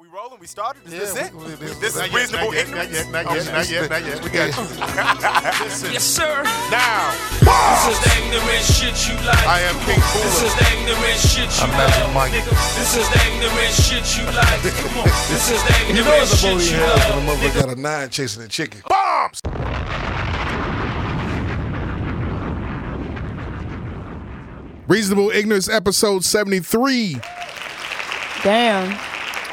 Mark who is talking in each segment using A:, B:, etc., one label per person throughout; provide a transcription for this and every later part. A: we rolling. We started. Is this
B: Yeah,
A: it?
B: we- we- we-
A: this
B: not
A: is
B: yet,
A: reasonable
B: not yet, not
A: ignorance.
B: yet, not yet, not yet, not yet. We got you.
C: Yes, sir.
B: Now,
C: This is the ignorant shit you like.
B: I am King
C: This is
B: Cooler.
C: the ignorant shit you
B: I'm Magic
C: like.
B: Mike.
C: nigga. This is the ignorant shit you like. Come on. This is the
D: You know
C: ignorant
D: it's a
C: shit
D: booty
C: you
D: house when
C: love.
D: a motherfucker got a nine chasing a chicken.
B: Bombs!
E: Reasonable Ignorance, episode 73.
F: Damn.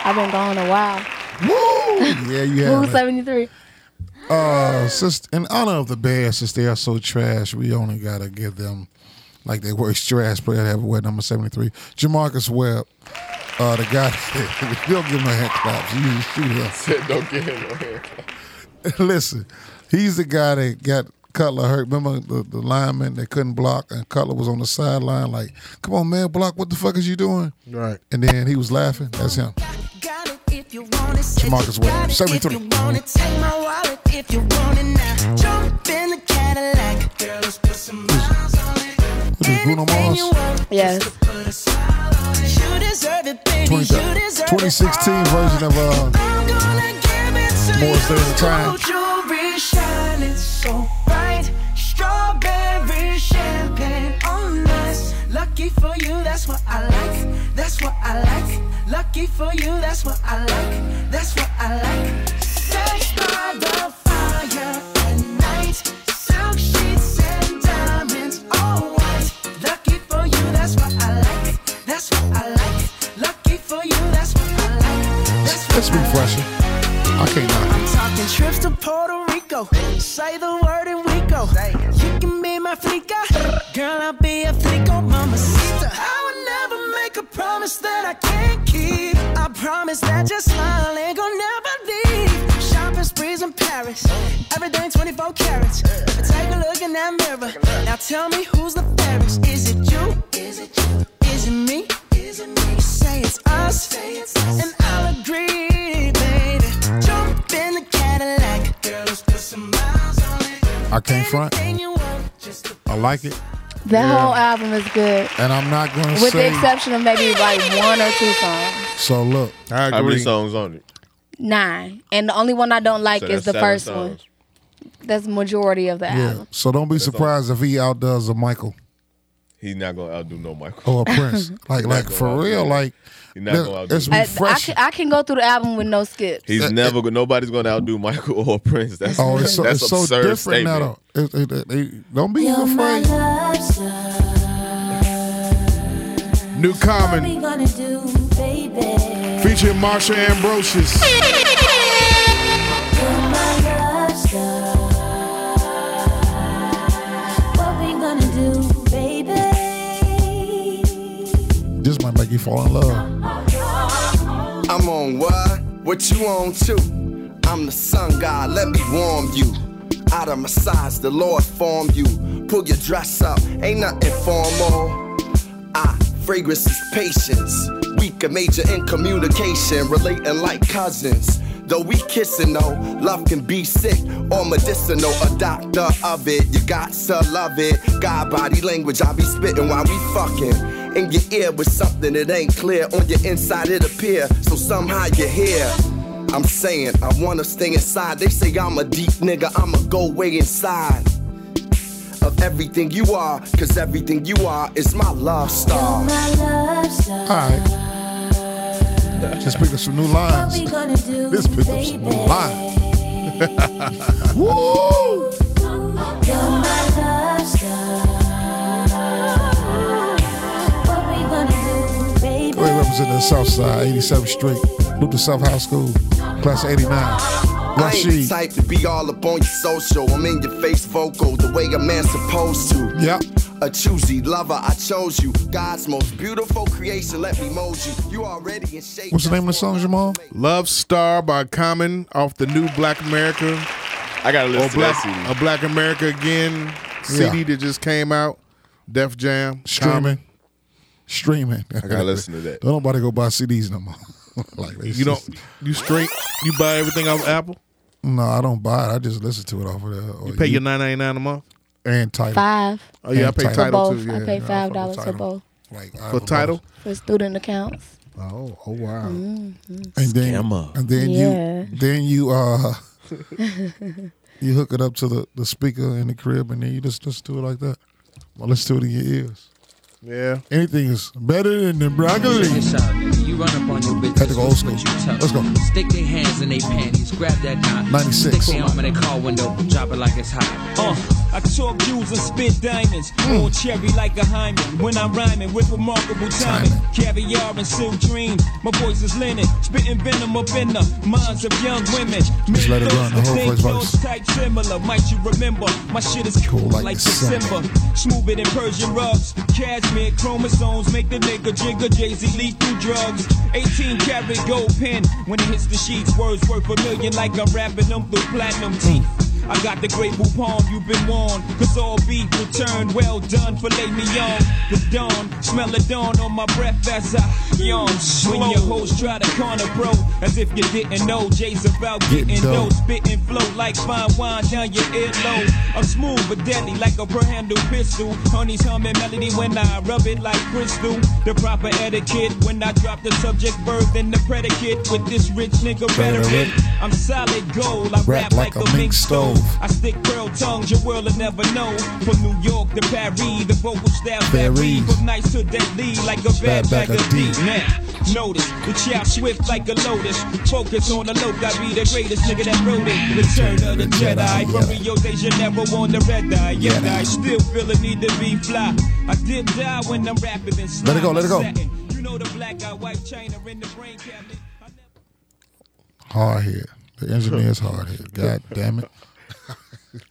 F: I've been gone a while.
D: Woo! Yeah, you
F: Who
D: have. it.
F: 73?
D: Uh, since, in honor of the Bears, since they are so trash, we only gotta give them like they were trash player to have away number seventy three, Jamarcus Webb. Uh, the guy, we don't give him a hand clap. You just shoot him.
B: Don't get him no hair.
D: Listen, he's the guy that got Cutler hurt. Remember the, the lineman that couldn't block, and Cutler was on the sideline like, "Come on, man, block! What the fuck is you doing?"
E: Right.
D: And then he was laughing. That's him.
G: Jamarcus
D: Williams, 73.
G: If you want it, take my wallet if you want it now. Jump in the Cadillac. Girl, let's put some miles on it.
D: Who this, Bruno
G: Anything
D: Mars?
G: you want,
F: Yes.
G: just to put a smile on it. You deserve it, baby.
D: 20,
G: You deserve
D: 2016
G: it.
D: version of uh,
G: I'm gonna give it to
D: Morris
G: you.
D: Day and Time.
G: Gold jewelry shining so bright. Strawberry champagne on us. Lucky for you, that's what I like. That's what I like. Lucky for you, that's what I like. That's what I like. Sex by the fire at night. Silk sheets and diamonds, all white. Lucky for you, that's what I like. That's what I like. Lucky for you, that's what I like. That's what
D: That's
G: I like.
D: refreshing. I can't knock
G: I'm talking trips to Puerto Rico. Say the word and we go. You can be my flica. Girl, I'll be a flico, mama sister. I would never make a promise that I can't keep. I promise that your smile ain't gonna never leave. Shopping sprees in Paris. Everything 24 carats. Take a look in that mirror. Now tell me who's the fairest. Is it you? Is it you? Is it me? Is it me? Say it's us. Say it's us. And I'll agree, baby. Jump in the Cadillac. Girl, let's put some miles on it.
D: I can't front.
G: Anything you want, just to
D: I like it,
F: That whole album is good.
D: and I'm not gonna
F: With the
D: say.
F: exception of maybe like one or two songs.
D: so look,
E: I
H: How many
E: agree.
H: songs on it?
F: Nine. And the only one I don't like
H: So
F: is
H: that's
F: the
H: seven
F: first one.
H: songs.
F: That's the majority of the
D: yeah.
F: album.
D: So don't be surprised if he outdoes a Michael
H: He's not gonna outdo no Michael.
D: or Oh, a Prince. Like, like for real, like
H: He's not gonna outdo.
D: it's
H: him.
F: I, I,
D: refreshing.
F: can, I can go through the album with no skips.
H: He's never. go- Nobody's gonna outdo Michael or Prince. That's
D: Oh, it's so,
H: that's
D: it's so
H: absurd
D: different
H: statement.
D: now. Though. It, it, it, it- don't be afraid.
E: New Common featuring Marsha Ambrosius.
D: This might make you fall in love.
I: I'm on what? What you on too? I'm the sun god, let me warm you. Out of my size, the Lord formed you. Pull your dress up, ain't nothing formal. Ah, fragrance is patience. We can major in communication, relating like cousins. Though we kissing though, love can be sick or medicinal. A doctor of it, you got to love it. God body language, I be spitting while we fucking in your ear with something that ain't clear. On your inside, it appear, so somehow you're here. I'm saying, I wanna stay inside. They say I'm a deep nigga, I'ma go way inside of everything you are, cause everything you are is my love star.
D: All
I: Uh,
D: right. Just picked up some new lines. This picked up some new lines. Woo! We represent the South Side, 87th Street, Luther South High School, Class of 89.
I: I ain't the
D: Rashid.
I: type to be all up on your social. I'm in your face vocal, the way a man's supposed to.
D: Yep.
I: A choosy lover, I chose you. God's most beautiful creation, let me mold you. You already in shape.
D: What's the name of the song, Jamal?
E: Love Star by Common off the new Black America
H: I gotta
E: or
H: listen to
E: Black
H: that
E: a Black America again CD
D: Yeah.
E: that just came out. Def Jam Common.
D: Streaming. Streaming.
H: I gotta listen to that.
D: Don't nobody go buy CDs no more. like they
E: You don't
D: just-
E: you straight you buy everything off Apple.
D: No, I don't buy it. I just listen to it off of there. Or
E: Pay
D: Oh, you-
E: your nine ninety nine a month.
D: and title.
F: Five
E: Oh yeah, I pay
D: And
E: title
F: both.
E: too.
F: I
E: Yeah.
F: pay
D: Yeah, I fuck
F: five
D: with
F: dollars for
D: Tidal.
F: both
D: Like
E: For title,
F: for student accounts. Mm-hmm.
E: Oh, oh wow.
D: and then
H: Scammer.
D: and then
F: Yeah.
D: you then you uh you hook it up to the, the speaker in the crib and then you just listen to it like that. Well, listen to it in your ears.
E: Yeah.
D: Anything is better than the broccoli.
A: Check this out, nigga. You run up on your bitches.
D: Had to go old
A: what's
D: school.
A: what you tell
D: Let's go.
A: them? Stick their hands in their panties. Grab that knot.
D: 96.
A: Stick their arm in their car window. Drop it like it's hot.
C: Uh, I talk views and spit diamonds.
D: Hmm.
C: Roll cherry like a hymen. When I'm rhyming with remarkable timing. Caviar and silk dreams. My voice is linen. Spitting venom up in the minds of young women. Just
D: let it run, the whole first verse.
C: type similar. Might you remember? My shit is cool,
D: Cool like
C: like,
D: December.
C: December. Smoother than Persian rubs. Cashmere chromosomes make the nigga jigger. Jay Z lethal drugs. 18 karat gold pen. When it hits the sheets, words worth a million like I'm rapping them through platinum teeth. I got the great palm, you've been warned. Cause all beat returned, well done, fillet mignon. The dawn, smell of dawn on my breath as I yawn. When your hoes try to corner, bro, as if you didn't know, Jay's about
D: Getting
C: getting
D: dough.
C: dough. Spit and flow like fine wine down your earlobe. I'm smooth but deadly like a per handle pistol. Honey's humming melody when I rub it like crystal. The proper etiquette when I drop the subject verb then the predicate with this rich nigga
D: Say that,
C: rhetoric.
D: Rick.
C: I'm solid gold. I
D: Rap
C: rap like
D: like a
C: a
D: mink
C: mink stove.
D: stove.
C: I stick pearl tongues, your world'll never know. From New York to Paris, the vocal style
D: Paris.
C: varies. From nice to deadly like a bad
D: back
C: bag
D: a
C: of D.
D: D.
C: Now, notice the child swift like a lotus. Focus on the low, I be the greatest nigga that wrote it. Return of the
D: Jedi,
C: Jedi. From
D: yeah.
C: Rio de Janeiro on the red eye. Yet
D: Yeah.
C: I still feel the need to be fly. I did die when I'm rapping and
D: Let it go, let it go.
C: sliding, You know the black eye, white china in the brain cabinet. I never-
D: Hard head. The engineer is hard head. God damn it.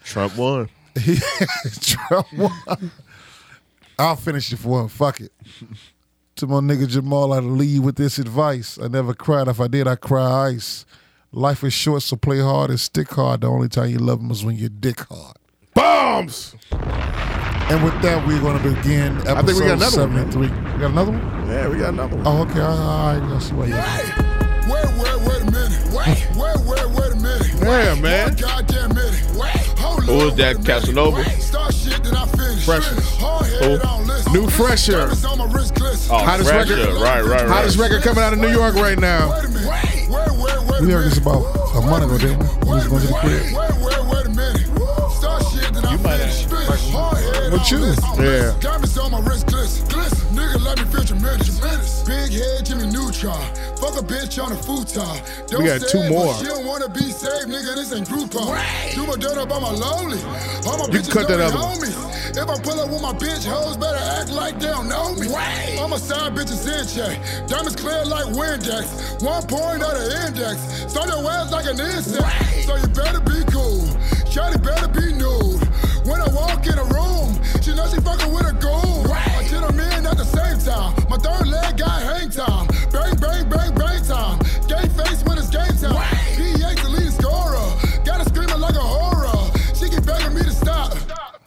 H: Trump won.
D: Trump won. I'll finish it for him. Fuck it. To my nigga Jamal, I leave with this advice. I never cried. If I did, I cry ice. Life is short, so play hard and stick hard. The only time you love them is when you're dick hard.
E: Bombs.
D: And with that, we're going to begin episode
E: think we got another one, man.
D: 73. We got another one?
E: Yeah, we got another one.
D: Oh, okay. All right. All right. That's what you
J: Wait, wait, wait a minute. Wait, wait, wait, wait a minute.
E: Yeah, man.
J: Goddamn minute. Wait, hold
H: Who
J: on.
H: was that Casanova?
J: Start shit, then I finish.
E: Fresh.
J: Hard head,
H: Who?
J: don't
D: Oh.
J: listen.
E: New fresher.
J: Diamonds on my wrist glisten.
H: Oh,
E: Hottest
H: Thrasher.
E: record.
H: Right, right, right.
E: Hottest record coming out of New York right now.
J: Wait a minute. Wait, wait, wait a
D: We heard this
J: minute.
D: about a month ago, didn't we? We was going to the crib.
J: Wait, wait, wait a minute. Start shit, then I finish. Finish. Hard head,
D: What you?
J: don't listen.
E: Yeah.
J: Diamonds on my wrist glisten. Glisten. Nigga, let me finish your minutes. Big head, Jimmy Neutron. Fuck a bitch on a futon. Don't
E: We got
J: save
E: two
J: her,
E: more.
J: She don't wanna be saved, nigga. This ain't Groupon. Do my dirt up on my lonely. All my
E: You
J: bitches
E: can cut that
J: dirty
E: other one.
J: homies. If I pull up with my bitch hoes, better act like they don't know me. I'm a side bitch's in check. Diamonds clear like Windex. One point of the index. Start your ass like an insect. So you better be cool. Shawty better be nude. When I walk in a room, she know she fucking with a goon. I get 'em in at the same time. My third leg got hang time. Bang, bang, bang, bang time. Gay face when it's game time. PH the lead scorer. Gotta scream it like a horror. She keep begging me to stop.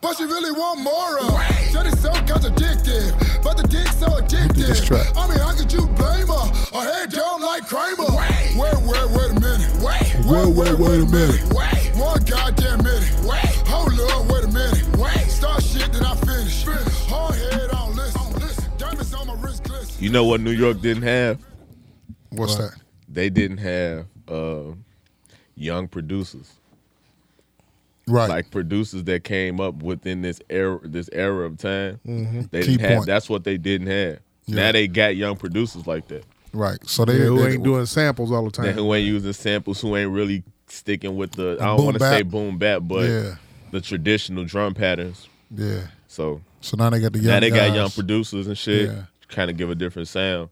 J: But she really want more of. Shit is so contradictive. But the dick's so addictive.
D: this track.
J: I mean, how could you blame her? Her head down like Kramer. Wait, wait, wait, a minute. Wait, wait, wait, wait a minute. Wait, one goddamn minute. Wait, hold up, wait a minute. Wait, start shit, then I finish. Hard head, I don't listen. I don't listen. Diamonds on my wrist glisten.
H: You know what New York didn't have?
D: What's that?
H: They didn't have uh, young producers.
D: Right.
H: like producers that came up within this era this era of time. They
D: Mm-hmm. Key
H: didn't have
D: point.
H: that's what they didn't have.
D: Yeah.
H: Now they got young producers like that.
D: right. So they,
E: Yeah, who
D: they-
E: ain't doing samples all the time.
H: That who ain't using samples, who ain't really sticking with the I
D: boom
H: don't want to say
D: bap.
H: boom bap, but
D: Yeah.
H: the traditional drum patterns.
D: Yeah.
H: So
D: So now they got the young
H: now they
D: guys.
H: got young producers and shit.
D: Yeah.
H: Kind of give a different sound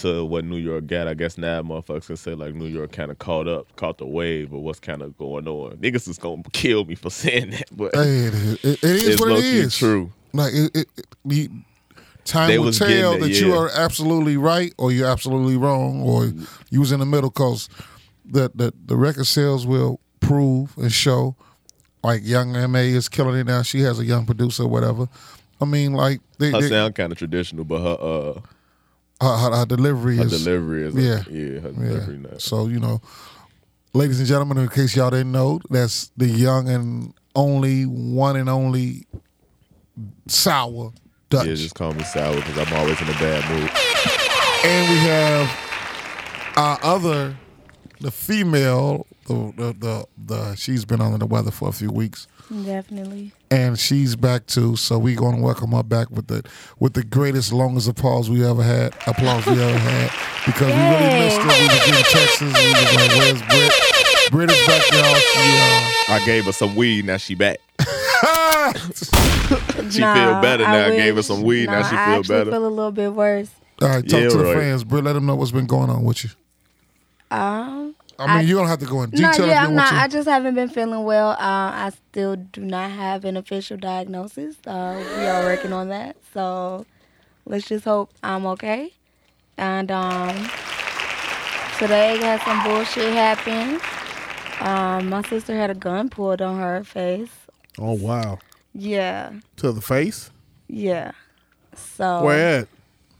H: to what New York got. I guess now motherfuckers can say like New York kind of caught up, caught the wave of what's kind of going on. Niggas is gonna kill me for saying that, but
D: Hey, it is, it, it is
H: It's
D: what it
H: low-key
D: is.
H: true.
D: Like it, it, it- you- time
H: They
D: will
H: was getting
D: tell that
H: it,
D: you
H: yeah.
D: are absolutely right or you're absolutely wrong or you was in the middle because the, the the record sales will prove and show. Like young Ma is killing it now. She has a young producer, or whatever. I mean, like they,
H: her
D: they-
H: sound kind of traditional, but her uh
D: her, her- her delivery
H: her
D: is
H: delivery is
D: yeah.
H: yeah, yeah, her delivery now.
D: So you know, ladies and gentlemen, in case y'all didn't know, that's the young and only one and only sour Dutch.
H: yeah, just call me sour because I'm always in a bad mood.
D: And we have our other, the female, the, the the the she's been under the weather for a few weeks,
F: Definitely.
D: and she's back too. So we going to welcome her back with the with the greatest, longest applause we ever had, applause we ever had, because we really missed her. We was in Texas, and we was like, "Where's Britt? Britt is back, y'all." She, uh,
H: I gave her some weed. Now she back. She
F: Nah,
H: feel better now. I, gave her
F: wish-
H: some weed.
F: nah,
H: now she
F: I
H: feel
F: actually
H: better.
F: feel a little bit worse.
D: All right, talk
H: Yeah,
D: to the
H: right.
D: fans, Britt. Let them know what's been going on with you.
F: Um,
D: I mean, you don't have to go in
F: no,
D: detail. if
F: yeah,
D: you
F: I'm not.
D: want to.
F: I just haven't been feeling well. Uh, I still do not have an official diagnosis. Uh, we are working on that. So let's just hope I'm okay. And um, today had some bullshit happen. Um, my sister had a gun pulled on her face.
E: Oh wow.
F: Yeah,
E: To the face?
F: yeah. So
E: Where at?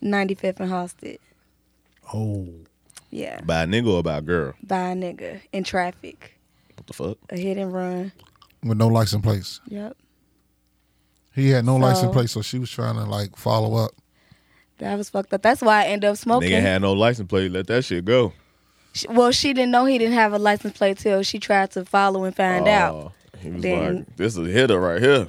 F: 95th and Halsted.
E: Oh.
F: Yeah,
H: By a nigga or by a girl?
F: by a nigga in traffic,
H: What the fuck?
F: a hit and run.
D: With no license plates.
F: Yep.
D: He had no license
F: So-
D: plate, so she was trying to like follow up.
F: That was fucked up. That's why I ended up smoking.
H: Nigga had no license plate. Let that shit go.
F: She- well, she didn't know he didn't have a license plate till she tried to follow and find out.
H: Oh, He was
F: Then-
H: like, "This is a hitter right here."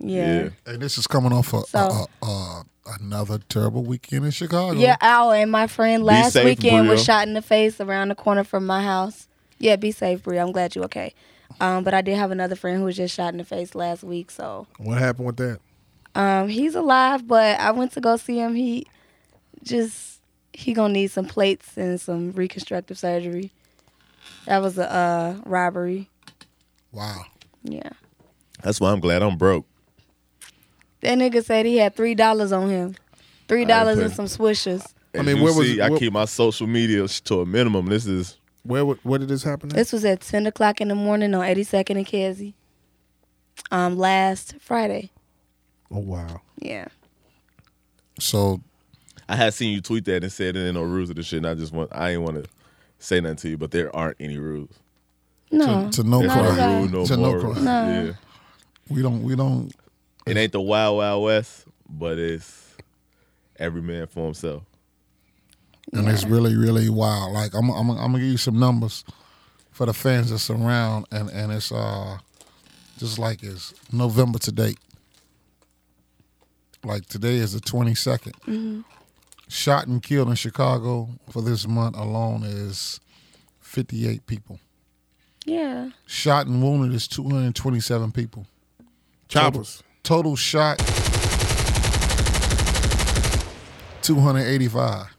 F: Yeah.
D: And this is coming off of uh,
F: So-
D: uh, another terrible weekend in Chicago.
F: Yeah, Al and my friend last
D: safe,
F: weekend was
D: Bria.
F: shot in the face around the corner from my house. Yeah, be safe, Bria. I'm glad you okay. Um, but I did have another friend who was just shot in the face last week, so
E: What happened with that?
F: um, he's alive. But I went to go see him. He just he gonna need some plates and some reconstructive surgery. That was a uh, robbery.
D: Wow.
F: Yeah.
H: That's why I'm glad I'm broke.
F: That nigga said he had three dollars on him. Three dollars and
H: putting-
F: some swishers.
H: I mean, where was? See, I keep my social media sh- to a minimum. This is
E: where? Where did this happen?
F: This was at ten o'clock in the morning on eighty second and Kesey. Um, last Friday.
E: Oh wow.
F: Yeah.
D: So
H: I had seen you tweet that and said there ain't no rules of this shit. And I just want I ain't want to say nothing to you, but there aren't any rules.
F: No.
D: to no
F: not at all.
D: crime.
H: Rule no
D: to no
H: more.
D: crime.
F: No.
H: Yeah.
D: We don't. We don't.
H: It ain't the Wild Wild West, but it's every man for himself.
D: And it's really, really wild. Like I'm, I'm, I'm gonna give you some numbers for the fans that's around, and and it's uh just like it's November to date. Like today is the 22nd. Shot and killed in Chicago for this month alone is 58 people.
F: Yeah.
D: Shot and wounded is 227 people.
E: Choppers.
D: Total shot 285.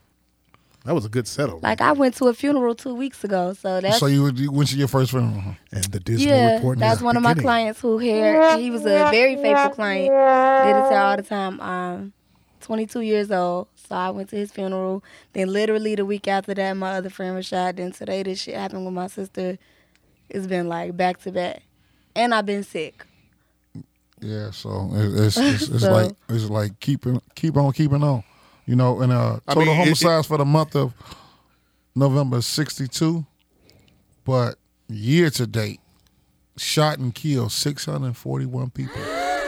E: That was a good setup.
F: Like I went to a funeral two weeks ago, so that's
D: so you, you went to your first funeral. huh?
E: and the dismal
F: yeah,
E: report.
F: that's one of my clients who here. He was a very faithful client. Did his hair all the time. Um, 22 years old. So I went to his funeral. Then literally the week after that, my other friend was shot. Then today, this shit happened with my sister. It's been like back to back, and I've been sick.
D: Yeah, so it- it's it's, it's
F: So-
D: like it's like keeping keep on keeping on, you know. And uh,
E: I
D: total
E: mean, it-
D: homicides for the month of November is sixty two, but year to date, shot and killed six hundred forty one people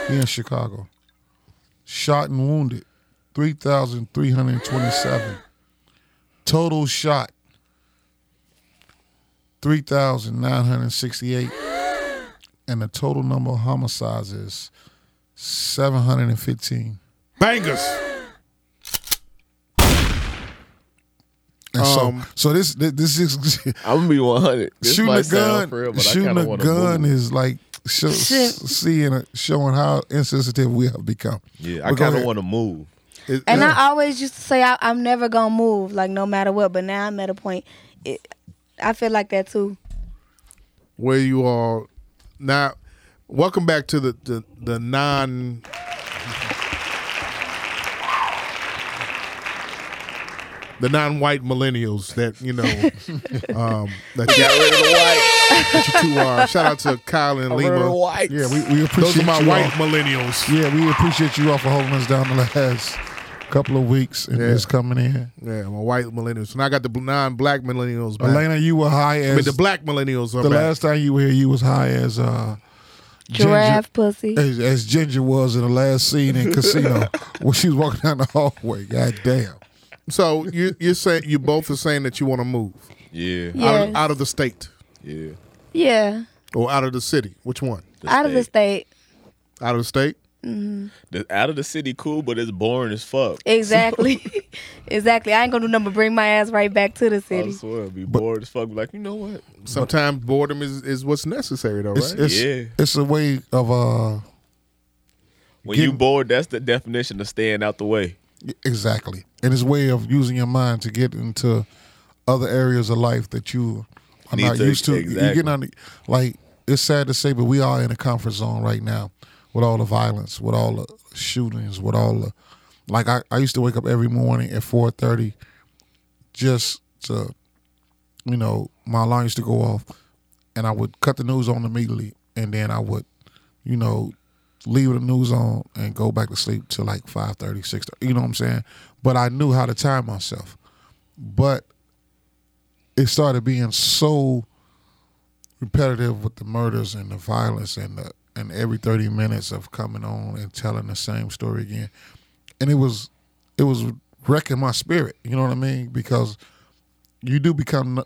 D: here in Chicago. Shot and wounded, three thousand three hundred twenty seven. Total shot, three thousand nine hundred sixty eight and the total number of homicides is 715.
E: Bangers.
D: And
E: Um,
D: so, so this this, this is
H: I'm gonna be 100. This
D: shooting
H: might
D: a gun.
H: sound for real, but I
D: shooting
H: kinda
D: a
H: wanna
D: gun
H: move.
D: is like show,
F: Shit.
D: seeing showing how insensitive we have become.
H: Yeah, I
D: But go
H: kind of
D: ahead.
H: want to move.
E: It-
F: And I always used to say I, I'm never gonna move, like no matter what. But now I'm at a point. It, I feel like that too.
E: where you are now. Welcome back to the the, the non. The non-white millennials that you know, um, that you
H: Got rid of the white.
E: that you two are. Shout out to Kyle and
H: Rid of the
E: Lima.
H: whites.
D: Yeah, we, we appreciate
E: Those are my
D: you
E: white
D: all.
E: millennials.
D: Yeah, we appreciate you all for holding us down the last couple of weeks and
E: Yeah.
D: just coming in.
E: Yeah, my white millennials. And I got the bl- non-black millennials back.
D: Elena, you were high as
E: I mean, the black millennials are
D: the
E: back.
D: last time you were here. You was high as uh, ginger-
F: Giraffe pussy.
D: as, as Ginger was in the last scene in Casino when she was walking down the hallway. God damn.
E: So you you're saying you both are saying that you want to move.
H: Yeah.
E: Out,
F: Yes.
E: of, out of the state
H: Yeah.
F: Yeah.
E: or out of the city. Which one?
F: out of the Mm-hmm. state.
E: Out of the state.
H: The, out of the city, cool, but it's boring as fuck.
F: Exactly. exactly. I ain't gonna do nothing but bring my ass right back to the
H: I
F: city.
H: swear, it'd be bored as fuck. Be like, you know what?
E: Sometimes boredom is, is what's necessary though,
D: It's
E: right?
D: it's,
H: Yeah.
D: it's a way of uh
H: When you
D: Getting-
H: bored, that's the definition of staying out the way.
D: exactly, and it's a way of using your mind to get into other areas of life that you are
H: Need
D: not
H: to-
D: used to. You're getting
H: exactly.
D: on the- like it's sad to say, but we are in a comfort zone right now with all the violence, with all the shootings, with all the like. I, I used to wake up every morning at four thirty just to you know, my alarm used to go off, and I would cut the news on immediately, and then I would, you know, leave the news on and go back to sleep till like 5.30, 6.30, you know what I'm saying? But I knew how to time myself. But it started being so repetitive with the murders and the violence and the and every 30 minutes of coming on and telling the same story again. And it was it was wrecking my spirit, you know what I mean? Because you do become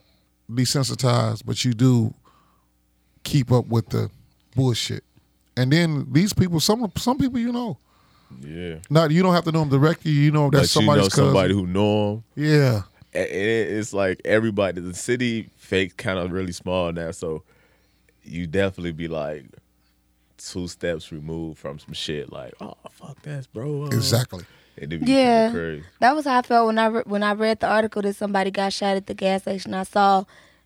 D: desensitized, but you do keep up with the bullshit. And then these people, some some people you know,
H: Yeah.
D: not you don't have to know them directly. You know Oh, that's
H: but you know
D: somebody's cousin.
H: somebody who know them.
D: yeah,
H: and it- it's like everybody the city fake kind of really small now so you definitely be like two steps removed from some shit like oh fuck that bro
D: exactly.
H: and it be
F: Yeah.
H: yeah crazy.
F: That was how I felt when I re- when I read the article that somebody got shot at the gas station. I saw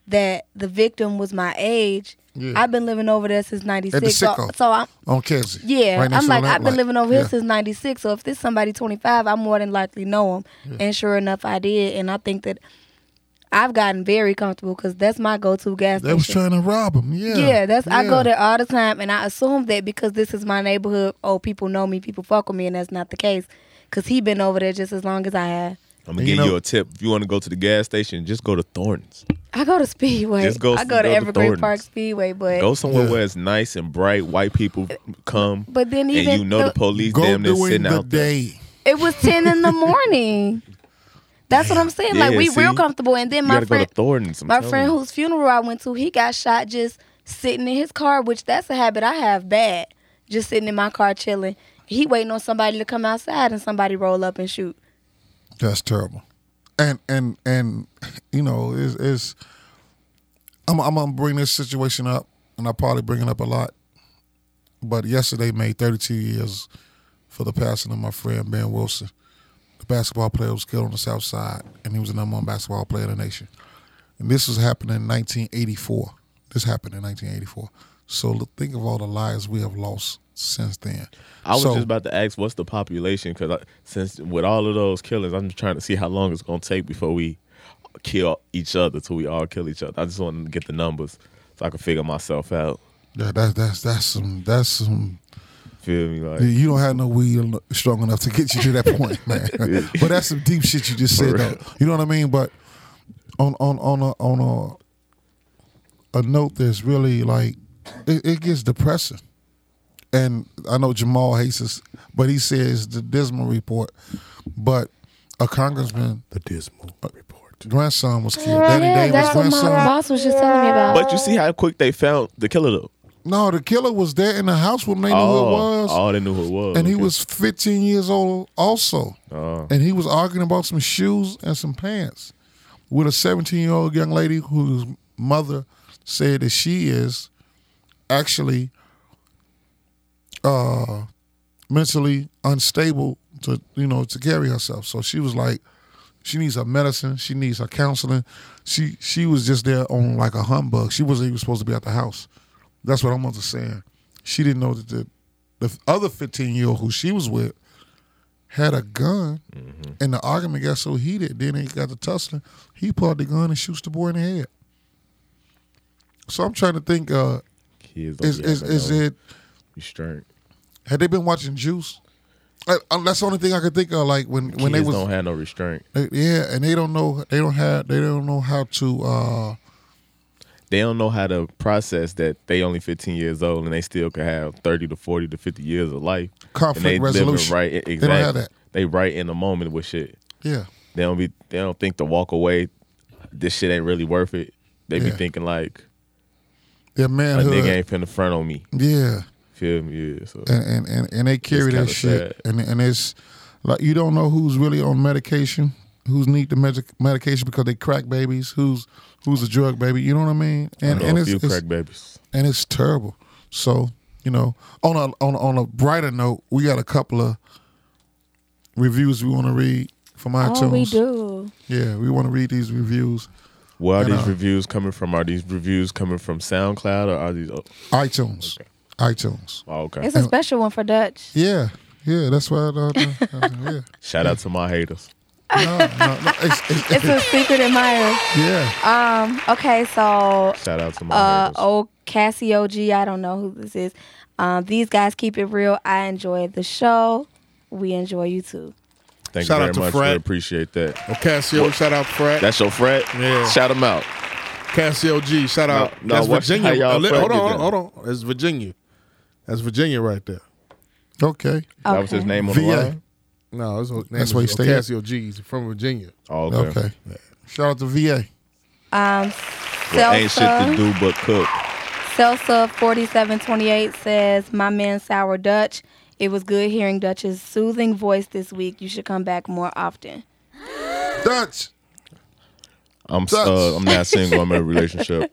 F: that the victim was my age.
D: Yeah.
F: I've been living over there since '96. so,
D: sicko.
F: so I'm
D: On Kenzie.
F: yeah.
D: Right
F: I'm
D: next to
F: like
D: that
F: I've been
D: light.
F: living over here
D: Yeah.
F: since '96. So if this somebody 25, I more than likely know him. And sure enough, I did. And I think that I've gotten very comfortable because that's my go-to gas
D: They was
F: station.
D: trying to rob him. Yeah.
F: Yeah, that's I
D: Yeah.
F: go there all the time, and I assume that because this is my neighborhood, oh, people know me, people fuck with me, and that's not the case. Cause he been over there just as long as I have.
H: i'm gonna
D: You
H: give
D: know-
H: you a tip if you want to go to the gas station just go to thornton's
F: I go to Speedway.
H: Just go
F: I go to
H: go to
F: Evergreen
H: Thornton's.
F: Park Speedway, but
H: go somewhere
D: Yeah.
H: where it's nice and bright white people come
F: Eh, But then
H: and
F: even
H: you know the,
F: the-
H: police
D: Go
H: damn near
D: during
H: sitting
D: the
H: out there
D: day.
F: it was ten in the morning. That's what I'm saying. Like
H: Yeah,
F: we real
H: see?
F: comfortable, and then
H: you
F: my
H: gotta
F: friend,
H: go to thornton's I'm
F: my
H: telling
F: friend
H: you.
F: whose funeral I went to, he got shot just sitting in his car, which that's a habit I have bad. Just sitting in my car chilling. He waiting on somebody to come outside, and somebody roll up and shoot.
D: That's terrible. And and and you know, it's, it's I'm I'm gonna bring this situation up, and I probably bring it up a lot. But yesterday made 32 years for the passing of my friend Ben Wilson, the basketball player who was killed on the South Side, and he was the number one basketball player in the nation. And this was happening in 1984. This happened in 1984. So think of all the lives we have lost since then.
H: I was
D: So-
H: just about to ask what's the population because since with all of those killings, I'm just trying to see how long it's gonna take before we kill each other till we all kill each other. I just want to get the numbers so I can figure myself out.
D: Yeah, that's that's that's some that's some
H: Feel me? Like
D: Yeah, You don't have no wheel strong enough to get you to that point, man. but that's some deep shit you just said, though. You know what I mean? But on on on a, on a a note that's really like it, it gets depressing. And I know Jamal hates this, but he says the dismal report. But a congressman,
E: The dismal report.
D: grandson was killed. Daddy Davis'
F: that's what my
D: grandson.
F: boss was just telling me about.
H: but you see how quick they found the killer though.
D: No, the killer was there in the house when they knew who it was.
H: oh, they knew who it was.
D: and he
H: Okay.
D: was 15 years old also
H: Oh.
D: and he was arguing about some shoes and some pants with a 17 year old young lady whose mother said that she is actually uh mentally unstable to you know to carry herself so she was like she needs her medicine she needs her counseling she she was just there on like a humbug she wasn't even supposed to be at the house that's what i'm also saying she didn't know that the, the other 15 year old who she was with had a gun
H: Mm-hmm.
D: and the argument got so heated then it got to tussling he pulled out the gun and shoots the boy in the head so i'm trying to think uh
H: Kids don't
D: is,
H: be
D: is,
H: having
D: is
H: no
D: it
H: restraint.
D: had they been watching juice I, I, that's the only thing i could think of like when when
H: Kids
D: they was
H: don't have no restraint.
D: they- yeah and they don't know they don't have they don't know how to uh
H: They don't know how to process that they only 15 years old and they still could have 30 to 40 to 50 years of life. and
D: Conflict
H: they living
D: resolution.
H: Right,
D: They
H: exactly.
D: don't have that.
H: They right in the moment with shit.
D: yeah
H: They don't be they don't think to walk away. This shit ain't really worth it. They be
D: Yeah.
H: thinking like
D: Their
H: a nigga
D: manhood.
H: ain't finna front on me.
D: Yeah.
H: Feel me? Yeah. So
D: and and and, and they carry
H: kinda
D: that shit,
H: sad.
D: and and it's like you don't know who's really on medication, who's need the medic medication because they crack babies, who's who's a drug baby. You know what I mean? And
H: I know
D: and
H: a
D: it's,
H: few
D: it's-
H: crack babies.
D: and it's terrible. So you know, on a on a, on a brighter note, we got a couple of reviews we want to read from iTunes.
F: Oh, we do.
D: Yeah, we want to read these reviews.
H: Where are
D: And,
H: these
D: uh,
H: reviews coming from? Are these reviews coming from SoundCloud or are these? Oh,
D: iTunes, iTunes.
H: oh, okay.
F: It's a special one for Dutch.
D: Yeah, yeah. That's why. Uh, uh, yeah.
H: Shout out to my haters.
D: No, no, no. It's, it's,
F: It's a secret admirer.
D: yeah.
F: Um. Okay. So
H: Shout out to my
F: uh,
H: haters.
F: old Cassie G. I don't know who this is. Um, these guys keep it real. I enjoy the show. We enjoy you too.
H: Thank
E: shout out
H: you very
E: to
H: much.
E: Fred.
H: We appreciate that.
E: Cassio, shout out Frat.
H: That's your Fred.
E: Yeah.
H: Shout him out.
E: Cassio G, shout out.
H: No, no,
E: That's
H: what-
E: Virginia.
H: how y'all
E: Li- hold
H: fucking
E: on,
H: doing?
E: hold on. That's Virginia. That's Virginia right there.
D: Okay.
H: That was his
F: Okay.
H: name on the
D: VA.
H: line.
E: No, that's, what-
D: That's
E: name
D: where
E: is
D: he stay at?
E: Cassio G's from Virginia.
H: Oh, okay.
D: Okay. Shout out to VA.
F: Um,
H: Well, ain't shit to
F: Selsa,
H: do but cook.
F: Selsa forty seven twenty eight says, "My man Sour Dutch. It was good hearing Dutch's soothing voice this week. You should come back more often."
D: Dutch.
H: I'm uh, I'm not single. I'm in a relationship.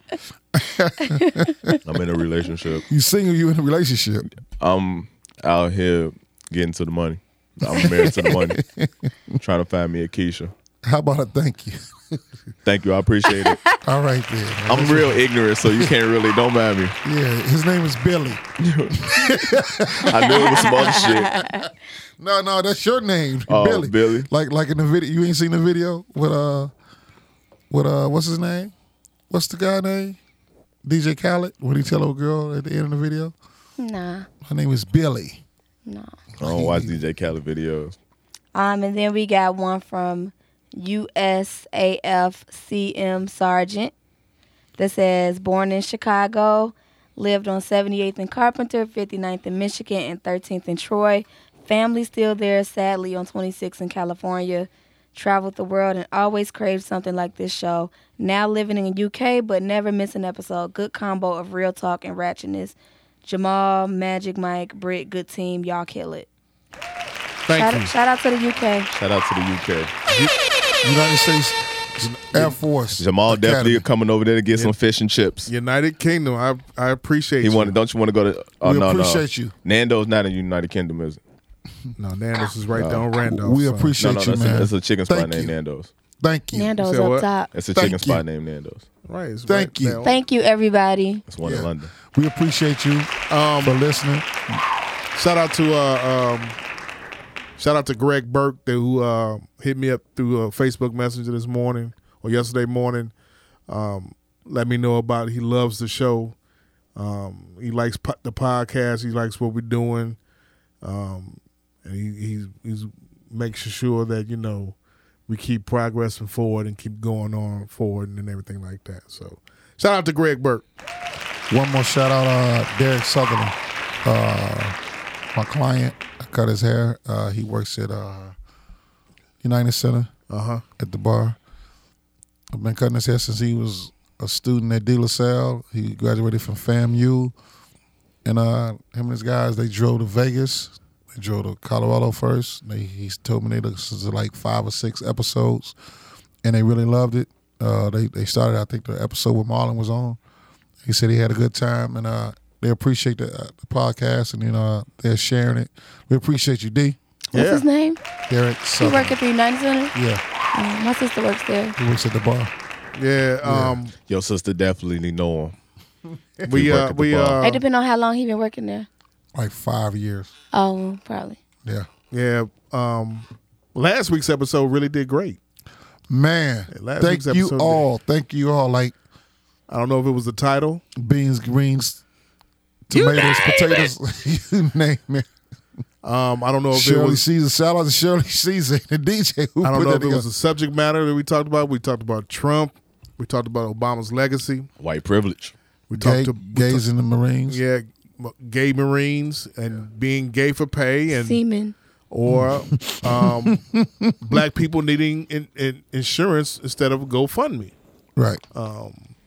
H: I'm in a relationship.
D: You single, you in a relationship.
H: I'm out here getting to the money. I'm married to the money. Trying to find me a Keisha.
D: How about a thank you?
H: Thank you. I appreciate it.
D: All right then. man.
H: I'm real ignorant, so you can't really. Don't mind me.
D: Yeah, his name is Billy.
H: I knew it was some other shit.
D: No, no, that's your name.
H: Oh,
D: Billy.
H: Billy.
D: Like like in the video you ain't seen the video with uh with uh what's his name? What's the guy name? DJ Khaled, when he tell a girl at the end of the video,
F: Nah,
D: her name is Billy.
F: no.
H: I don't watch DJ Khaled videos.
F: Um, and then we got one from USAFCM Sergeant that says, born in Chicago, lived on 78th and Carpenter, 59th in Michigan, and 13th in Troy. Family still there, sadly, on 26th in California. Traveled the world and always craved something like this show. Now living in the UK, but never miss an episode. Good combo of real talk and ratchetness. Jamal, Magic Mike, Britt, good team. Y'all kill it.
E: Thank
F: Shout,
E: you.
F: shout out to the UK.
H: Shout out to the UK.
D: United States Air Force.
H: Jamal
D: Academy.
H: definitely coming over there to get some fish and chips.
E: United Kingdom. I I appreciate
H: He
E: you.
H: wanted. Don't you want to go to? Oh
D: We
H: no,
D: appreciate
H: no.
D: you.
H: Nando's not in United Kingdom, is it?
E: no, Nando's is right there on Randolph.
D: We
E: son.
H: no,
D: appreciate
H: no,
D: you,
H: that's,
D: man.
H: A, that's a chicken spot
D: Thank
H: named
D: you.
H: Nando's.
D: Thank you.
F: Nando's
E: said
F: up
E: what?
F: top.
H: It's a
D: Thank
H: chicken spot
D: you.
H: named Nando's.
E: Right. it's
D: Thank
E: right
D: you.
E: there on-
F: Thank you, everybody.
H: It's one in London.
D: We appreciate you um, for listening.
E: Shout out to uh, um, shout out to Greg Burke that who uh, hit me up through uh, Facebook Messenger this morning or yesterday morning. Um, let me know about it. he loves the show. Um, he likes po- the podcast. He likes what we're doing, um, and he, he's he's makes sure that you know we keep progressing forward and keep going on forward and everything like that. So shout out to Greg Burke.
D: One more shout out, uh, Derek Sutherland, uh, my client. I cut his hair. Uh, he works at uh, United Center
E: Uh huh.
D: at the bar. I've been cutting his hair since he was a student at De La Salle. He graduated from FAMU, and uh, him and his guys they drove to Vegas. They drove to Colorado first. They, he told me they listened to like five or six episodes, and they really loved it. Uh, they they started I think the episode where Marlon was on. He said he had a good time, and uh, they appreciate the, uh, the podcast, and you know uh, they're sharing it. We appreciate you, D.
F: What's his name?
D: Derek
F: He work
D: Sutherland.
F: at the United Center.
D: Yeah,
F: Oh, my sister works there.
D: he works at the bar.
E: Yeah. Um,
H: Your sister definitely know him.
E: we
H: work at
E: uh,
H: the
E: we
H: bar.
E: uh,
F: it
D: Um,
F: depends on how long he been working there.
D: like five years.
F: Oh, probably.
D: Yeah,
E: Yeah. Um, last week's episode really did great.
D: man.
E: last
D: Thank
E: week's
D: you
E: episode
D: all. Thank you all. Like
E: I don't know if it was the title.
D: beans, greens, tomatoes, potatoes. you name it.
E: Um, I don't know if it
D: Shirley
E: was.
D: Caesar salad. Shirley Caesar and the DJ. Who
E: I don't
D: put
E: know
D: that
E: if it was
D: together?
E: the subject matter that we talked about. We talked about Trump. We talked about Obama's legacy.
H: White privilege.
E: We
D: Gay,
E: talked to
D: gays in the Marines.
E: yeah, m- gay Marines and being gay for pay and
F: Seaman.
E: or um, black people needing in, in insurance instead of GoFundMe. Um,
D: Right.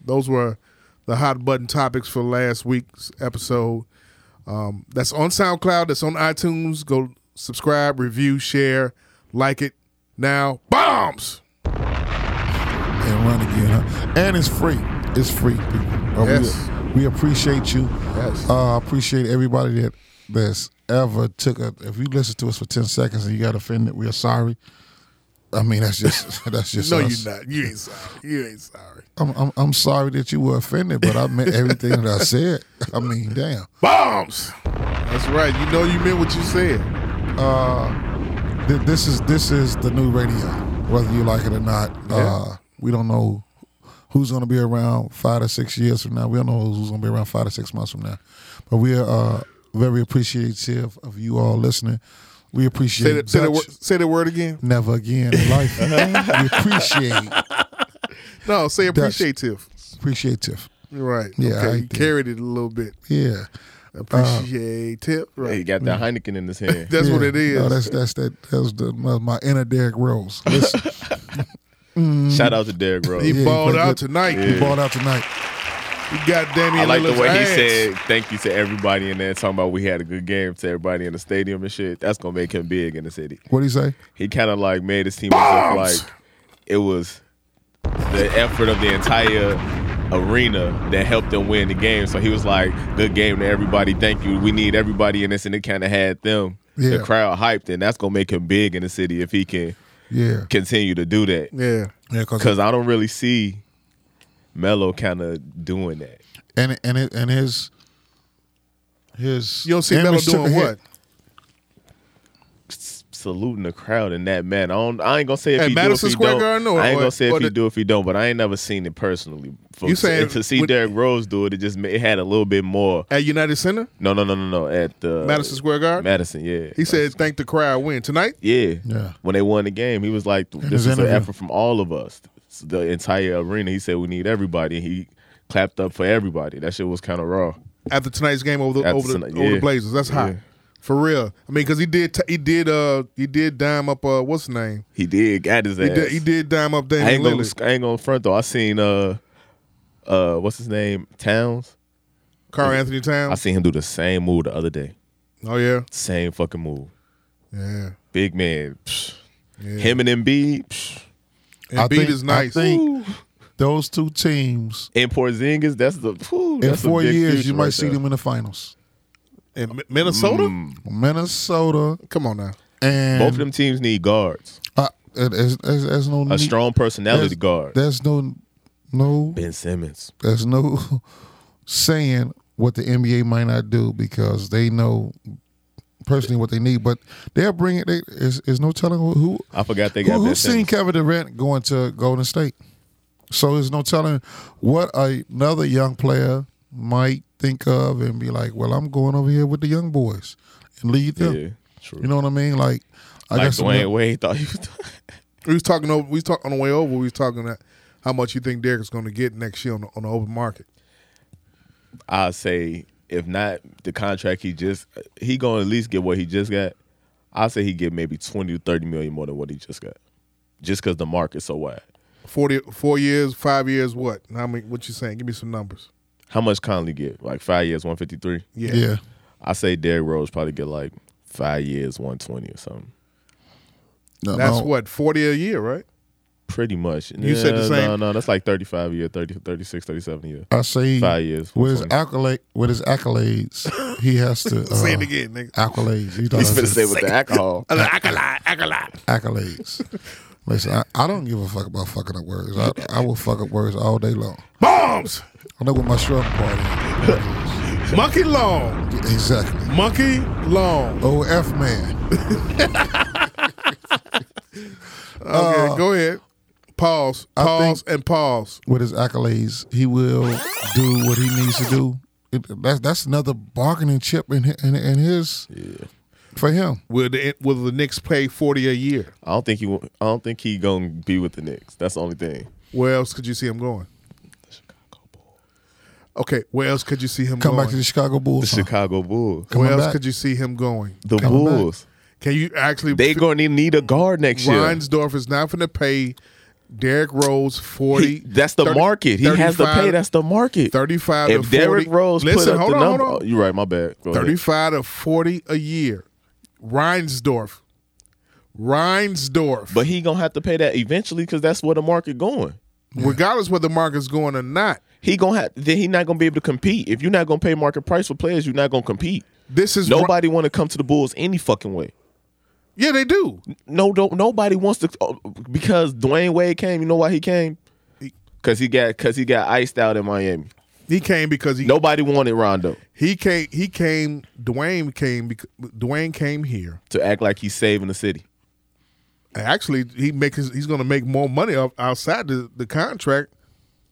E: Those were the hot button topics for last week's episode. Um, that's on SoundCloud. That's on iTunes. Go subscribe, review, share, like it. Now, bombs.
D: and run again. Huh? And it's free. It's free, people. Uh,
E: Yes.
D: We, we appreciate you.
E: Yes.
D: Uh, appreciate everybody that that's ever took a. If you listened to us for ten seconds and you got offended, we are sorry. I mean, that's just that's just.
E: No,
D: us.
E: you're not. You ain't sorry. You ain't sorry.
D: I'm, I'm I'm sorry that you were offended, but I meant everything that I said. I mean, damn.
E: Bombs. That's right. You know you meant what you said.
D: Uh, Th- This is this is the new radio, whether you like it or not. Uh, we don't know who's going to be around five to six years from now. We don't know who's going to be around five to six months from now. But we are uh, very appreciative of you all listening. We appreciate
E: Say the, say, the,
D: Dutch.
E: wor- say the word Uh-huh. again.
D: never again in life. we appreciate
E: No, say
D: Dutch.
E: appreciative.
D: appreciative.
E: You're Right.
D: Yeah, I
E: Okay. You
D: did.
E: carried it a little bit.
D: Yeah, Mm.
E: Appreciative.
H: He
E: Right.
H: got that Heineken in his hand.
E: That's what
D: Yeah.
E: it is.
D: No, that's that's that. That was the, my, my inner Derrick Rose. Listen, Mm.
H: Shout out to Derrick Rose.
E: he
D: Yeah, he
E: balled
D: played
E: out
D: good.
E: tonight.
D: we balled out tonight.
E: He got Damian
H: I like the
E: Lillard's
H: way
E: ass.
H: he said thank you to everybody in there, talking about we had a good game to everybody in the stadium and shit. That's gonna make him big in the city.
D: What do you say?
H: He kind of like made his team as
E: Bombs!
H: if like it was the effort of the entire arena that helped them win the game. So he was like, "Good game to everybody. Thank you. We need everybody in this." And it kind of had them
D: Yeah.
H: the crowd hyped, and that's gonna make him big in the city if he can
D: Yeah,
H: continue to do that.
E: Yeah.
D: yeah, because
H: Because I don't really see Melo kind of doing that.
D: and and it, and his his
E: You don't see
D: and
E: Melo
D: Mr.
E: doing
D: Hit.
E: what?
H: s- saluting the crowd in that manner. I, don't, I ain't gonna say if
E: At
H: he
E: Madison
H: do if he
E: Square
H: don't.
E: Garden or-
H: I ain't
E: or-
H: gonna say
E: or
H: if he
E: the-
H: do if he don't, but I ain't never seen it personally. For,
E: You saying
H: to see
E: with-
H: Derrick Rose do it, it just ma- it had a little bit more.
E: At United Center?
H: No, no, no, no, no. At the
E: Madison Square Garden?
H: Madison, yeah.
E: He said, thank the crowd win. Tonight?
H: yeah,
D: Yeah.
H: When they won the game, he was like, "This
D: his
H: is an
D: interview.
H: effort from all of us, It's the entire arena." He said, "We need everybody." He clapped up for everybody. That shit was kind of raw.
E: After tonight's game over the
H: After
E: over the,
H: tonight,
E: over the
H: yeah.
E: Blazers. That's hot.
H: Yeah.
E: For real. I mean, cause he did t- he did uh he did dime up uh what's his name?
H: He did got his ass.
E: He did, he did dime up
H: I ain't
E: Damian
H: gonna,
E: Lillard.
H: I ain't gonna front though. I seen uh, uh, what's his name? Towns.
E: Carl Anthony
H: I
E: Towns.
H: seen him do the same move the other day.
E: Oh yeah.
H: Same fucking move.
E: Yeah.
H: Big man. psh. Him and Embiid. psh.
E: And beat
D: think-
E: is nice.
D: I think those two teams
H: And Porzingis. That's the. whew,
D: in
H: that's a
D: four
H: big
D: years
H: future
D: you might
H: right
D: see
H: there.
D: them in the finals.
E: And Mi- Minnesota?
D: Minnesota
E: Come on now.
D: and
H: Both of them teams need guards.
D: Uh, there's, there's, there's no
H: A
D: need-
H: strong personality
D: there's,
H: guard.
D: There's no no
H: ben Simmons.
D: there's no saying what the NBA might not do because they know personally what they need, but they're bringing. They, there's, there's no telling who who,
H: I forgot they got
D: who
H: Ben
D: who's seen
H: Simmons.
D: Kevin Durant going to Golden State. So there's no telling what another young player might think of and be like. Well, I'm going over here with the young boys and lead them.
H: Yeah, true.
D: You know what I mean? Like I
H: like
D: guess
H: Dwayne Wade thought he was.
E: We was talking over. We was talking on the way over. We was talking that how much you think Derek is going to get next year on the, on the open market.
H: I say if not the contract he just he gonna at least get what he just got. I say he get maybe twenty to thirty million more than what he just got, just because the market's so wide.
E: 40, four years, five years, what? How many? What you saying? Give me some numbers.
H: How much Conley get? Like five years, one fifty three.
E: Yeah,
D: yeah.
H: I say Derrick Rose probably get like five years, one twenty or something.
D: No,
E: that's
D: no.
E: what forty a year, right?
H: Pretty much.
E: You said the same-
H: No, no, that's like thirty five a year, 30, 36, 37 a year.
D: I say
H: Five years,
D: with his
H: 120.
D: accolade with his accolades, he has to uh,
E: Say it again, nigga.
D: accolades. You thought I said
H: with the alcohol.
D: accolades. Listen, I, I don't give a fuck about fucking up words. I, I will fuck up words all day long.
E: Bombs,
D: I know what my shrub party.
E: monkey long,
D: is. Exactly.
E: monkey long.
D: Oh F man.
E: Okay,
D: Uh,
E: go ahead. Pause, pause, and pause.
D: With his accolades, he will do what he needs to do. It, that's that's another bargaining chip in hi- in, in his for him.
E: Will the will the Knicks pay forty a year?
H: I don't think he. wa- I don't think he gonna be with the Knicks. That's the only thing.
E: Where else could you see him going? Okay, where else could you see him
D: Come
E: going?
D: back to the Chicago Bulls.
H: The
D: huh?
H: Chicago Bulls,
D: Come
E: where
D: on
E: else
D: back.
E: could you see him going?
H: the
D: Coming back.
H: Bulls.
E: Can you actually?
H: They gonna need a guard next year.
E: Reinsdorf is not going to pay Derrick Rose forty.
H: He- that's the
E: 30
H: market. He has to
E: 35
H: pay. That's the market.
E: 35
H: If
E: to
H: Derrick
E: 40
H: Rose put
E: Listen,
H: up
E: hold
H: the
E: on,
H: number,
E: hold on.
H: Oh, you're right. My bad. Go ahead.
E: thirty-five to forty a year. Reinsdorf. Reinsdorf.
H: But he gonna have to pay that eventually because that's where the market going.
E: regardless whether market's going or not,
H: He gonna have. Then he not gonna be able to compete. If you're not gonna pay market price for players, you're not gonna compete.
E: this is
H: Nobody want to come to the Bulls any fucking way.
E: yeah, they do.
H: No, don't. Nobody wants to oh, because Dwayne Wade came. You know why he came? Because he got because he got iced out in Miami.
E: He came because he
H: Nobody wanted Rondo
E: he came he came. Dwayne came. bec- Dwayne came here.
H: to act like he's saving the city.
E: Actually, he makes he's going to make more money off outside the, the contract.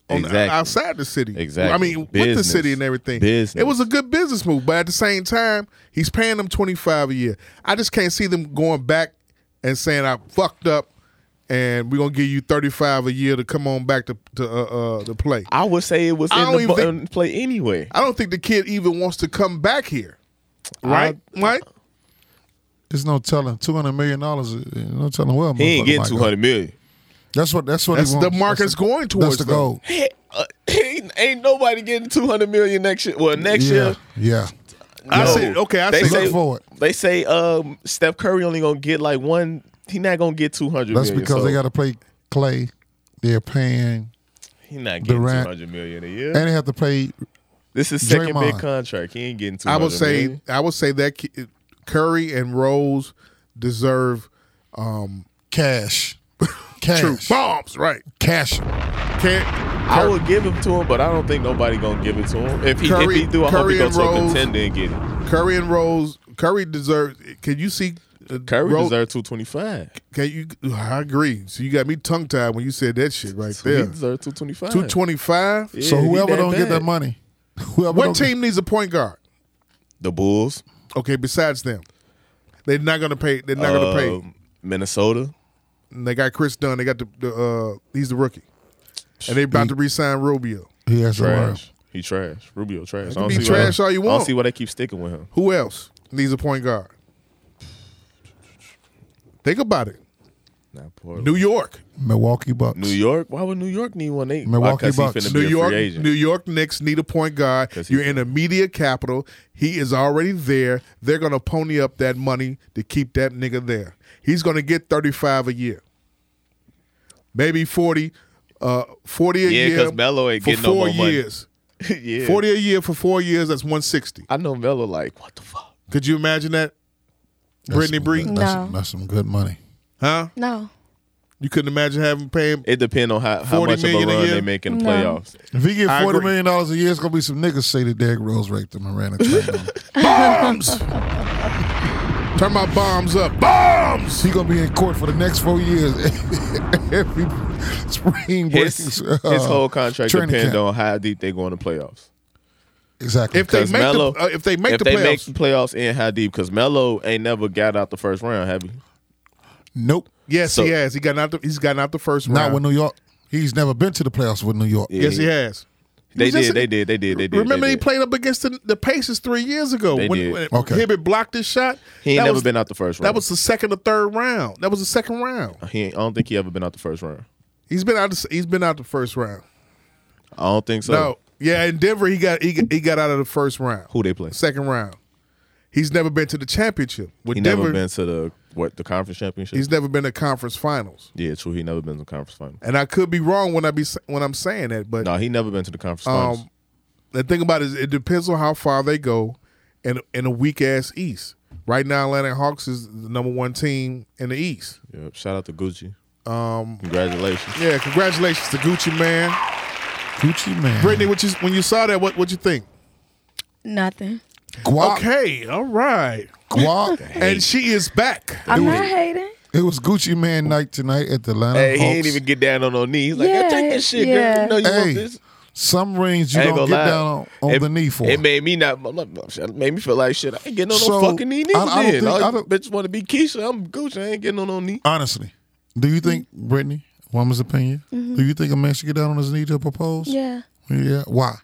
E: On the-
H: Exactly.
E: outside the city,
H: Exactly.
E: I mean, with the
H: Business.
E: city and everything,
H: Business.
E: it was a good business move. But at the same time, he's paying them twenty five a year. I just can't see them going back and saying I fucked up, and we're gonna give you thirty five a year to come on back to to uh, uh, to play.
H: I would say it was
E: I
H: in
E: don't
H: the
E: even
H: bu-
E: think-
H: in play anyway.
E: I don't think the kid even wants to come back here. Right? right?
D: There's no telling. Two hundred million dollars. uh, No telling where.
H: He ain't
D: motherfucker
H: getting
D: might go.
H: two hundred million.
D: That's what. That's what.
E: That's
D: he
E: the
D: wants.
E: market's
D: that's the,
E: going towards.
D: That's
E: though.
D: the goal.
H: He- uh, he ain't- ain't nobody getting two hundred million next year. Well, next
D: Yeah.
H: year.
D: Yeah.
E: I
H: no.
E: said, okay, I
H: They
E: said,
H: say
D: Look forward.
H: They say um, Steph Curry only gonna get like one. He not gonna get two hundred.
D: That's because they got to play Clay. They're paying,
H: He not getting two
D: Durant.
H: hundred million a year.
D: and they have to pay.
H: this is second big
D: Draymond.
H: contract. He ain't getting two
E: I
H: hundred.
E: would say, I would say that ki- Curry and Rose deserve um,
D: Cash. Cash.
E: true bombs, right?
D: Cash.
E: Can't,
H: I would give him to him, but I don't think nobody gonna give it to him. If he
E: Curry-
H: if he do, I hope
E: Curry
H: he go
E: and
H: to a
E: Rose.
H: contender and get it.
E: Curry and Rose, Curry deserves. Can you see? uh,
H: Curry
E: Rose-
H: deserve two twenty five.
E: Can you? I agree. So you got me tongue tied when you said that shit right
H: He
E: there.
H: deserve two twenty five.
E: Two twenty five.
D: So whoever don't get that money, whoever
E: What
D: don't
E: team needs a point guard?
H: the Bulls.
E: Okay, besides them, they're not gonna pay. They're not gonna
D: Uh,
E: pay.
H: um, Minnesota.
E: And they got Chris Dunn. They got the, the uh he's the rookie. And they about to re-sign Rubio.
D: He has to learn.
H: Trash. He trash. Rubio trash. I
E: can
H: don't
E: be
H: see why-
E: trash all you
H: I
E: want.
H: don't see why they keep sticking with him.
E: Who else needs a point guard? Think about it.
H: Not Portland.
E: New York.
D: Milwaukee Bucks.
H: New York? Why would New York need one? They
D: Milwaukee
H: why, 'cause he
D: Bucks.
H: finna be
E: New
H: a
E: York
H: free agent.
E: New York Knicks need a point guard.
H: 'Cause he-
E: You're in the media capital. He is already there. They're gonna pony up that money to keep that nigga there. He's gonna get 35 a year. Maybe 40 uh 40 a
H: Yeah,
E: year.
H: 'cause Melo ain't
E: for
H: getting no
E: four
H: more money.
E: years.
H: yeah.
E: 40 a year for 4 years that's 160.
H: I know Melo like, what the fuck?
E: Could you imagine that?
D: That's
E: Brittany
D: some
E: Bree?
D: good- That's,
F: No.
D: that's some good money.
E: Huh?
F: No.
E: You couldn't imagine having paying.
H: It depends on how, how
E: 40
H: much of a
E: million a
H: run
E: year?
H: they make in the
F: No.
H: playoffs.
D: If he get
E: I
D: forty
E: agree.
D: million dollars a year, it's gonna be some niggas say that Derrick Rose raped him and ran a train on him.
E: Turn my bombs up. Bombs.
D: He gonna be in court for the next four years. Every spring break,
H: His, his
D: uh,
H: whole contract
D: training
H: depends
D: camp.
H: on how deep they go in the playoffs.
D: exactly.
E: If they make
H: 'Cause Melo-
E: the uh, if they make
H: if
E: the
H: they
E: playoffs,
H: make the playoffs and how deep, because Melo ain't never got out the first round, have he?
D: nope,
E: yes,
H: So-
E: he has. He got out. The, he's gotten out the first
D: not
E: round.
D: with New York. He's never been to the playoffs with New York.
E: yes, he has.
H: They
E: was just-
H: did, they did, they did, they did.
E: Remember,
H: they
E: he
H: did.
E: played up against the, the Pacers three years ago
H: They
E: when,
H: did.
E: when
D: Okay.
E: Hibbert blocked his shot.
H: He ain't
E: That
H: never
E: was-
H: been out the first round.
E: That was the second or third round. That was the second round.
H: He ain't, I don't think he ever been out the first round.
E: He's been out. The, he's been out the first round.
H: I don't think so.
E: No, yeah, in Denver, he got he got, he got out of the first round.
H: Who they play?
E: Second round. He's never been to the championship with
H: He
E: Denver.
H: never been to the what the conference championship.
E: he's never been to conference finals.
H: yeah, true. He never been to the conference final.
E: and I could be wrong when I be when I'm saying that, but
H: No, he never been to the conference finals.
E: um, the thing about it is it depends on how far they go, and in a weak ass East. Right now, Atlanta Hawks is the number one team in the East.
H: Yep. Shout out to Gucci. Um, congratulations.
E: Yeah, congratulations to Gucci man,
D: Gucci man,
E: Brittany. What you when you saw that? What what you think?
F: Nothing.
D: guac,
E: Okay, all right,
D: guac.
E: and she is back.
F: I'm not hating.
D: It was Gucci man night tonight at the Atlanta
H: Hey, he
D: Hawks.
H: ain't even get down on no knees. He's like, yeah,
F: Yeah,
H: take this shit, girl.
F: yeah.
H: You know you
D: Hey,
H: want this.
D: Some rings you
H: I ain't
D: don't
H: gonna lie.
D: get down on, on
H: it,
D: the knee for.
H: It made me not. I'm not- It made me feel like shit. I ain't getting on
D: So,
H: no fucking knee.
D: I- I don't
H: Neither.
D: think-
H: then.
D: I
H: I
D: don't-
H: bitch want to be Keisha. I'm Gucci. I ain't getting on no knee.
D: Honestly, do you think Brittany, woman's opinion? Do you think a man should get down on his knee to propose?
F: Yeah.
D: Yeah. Why?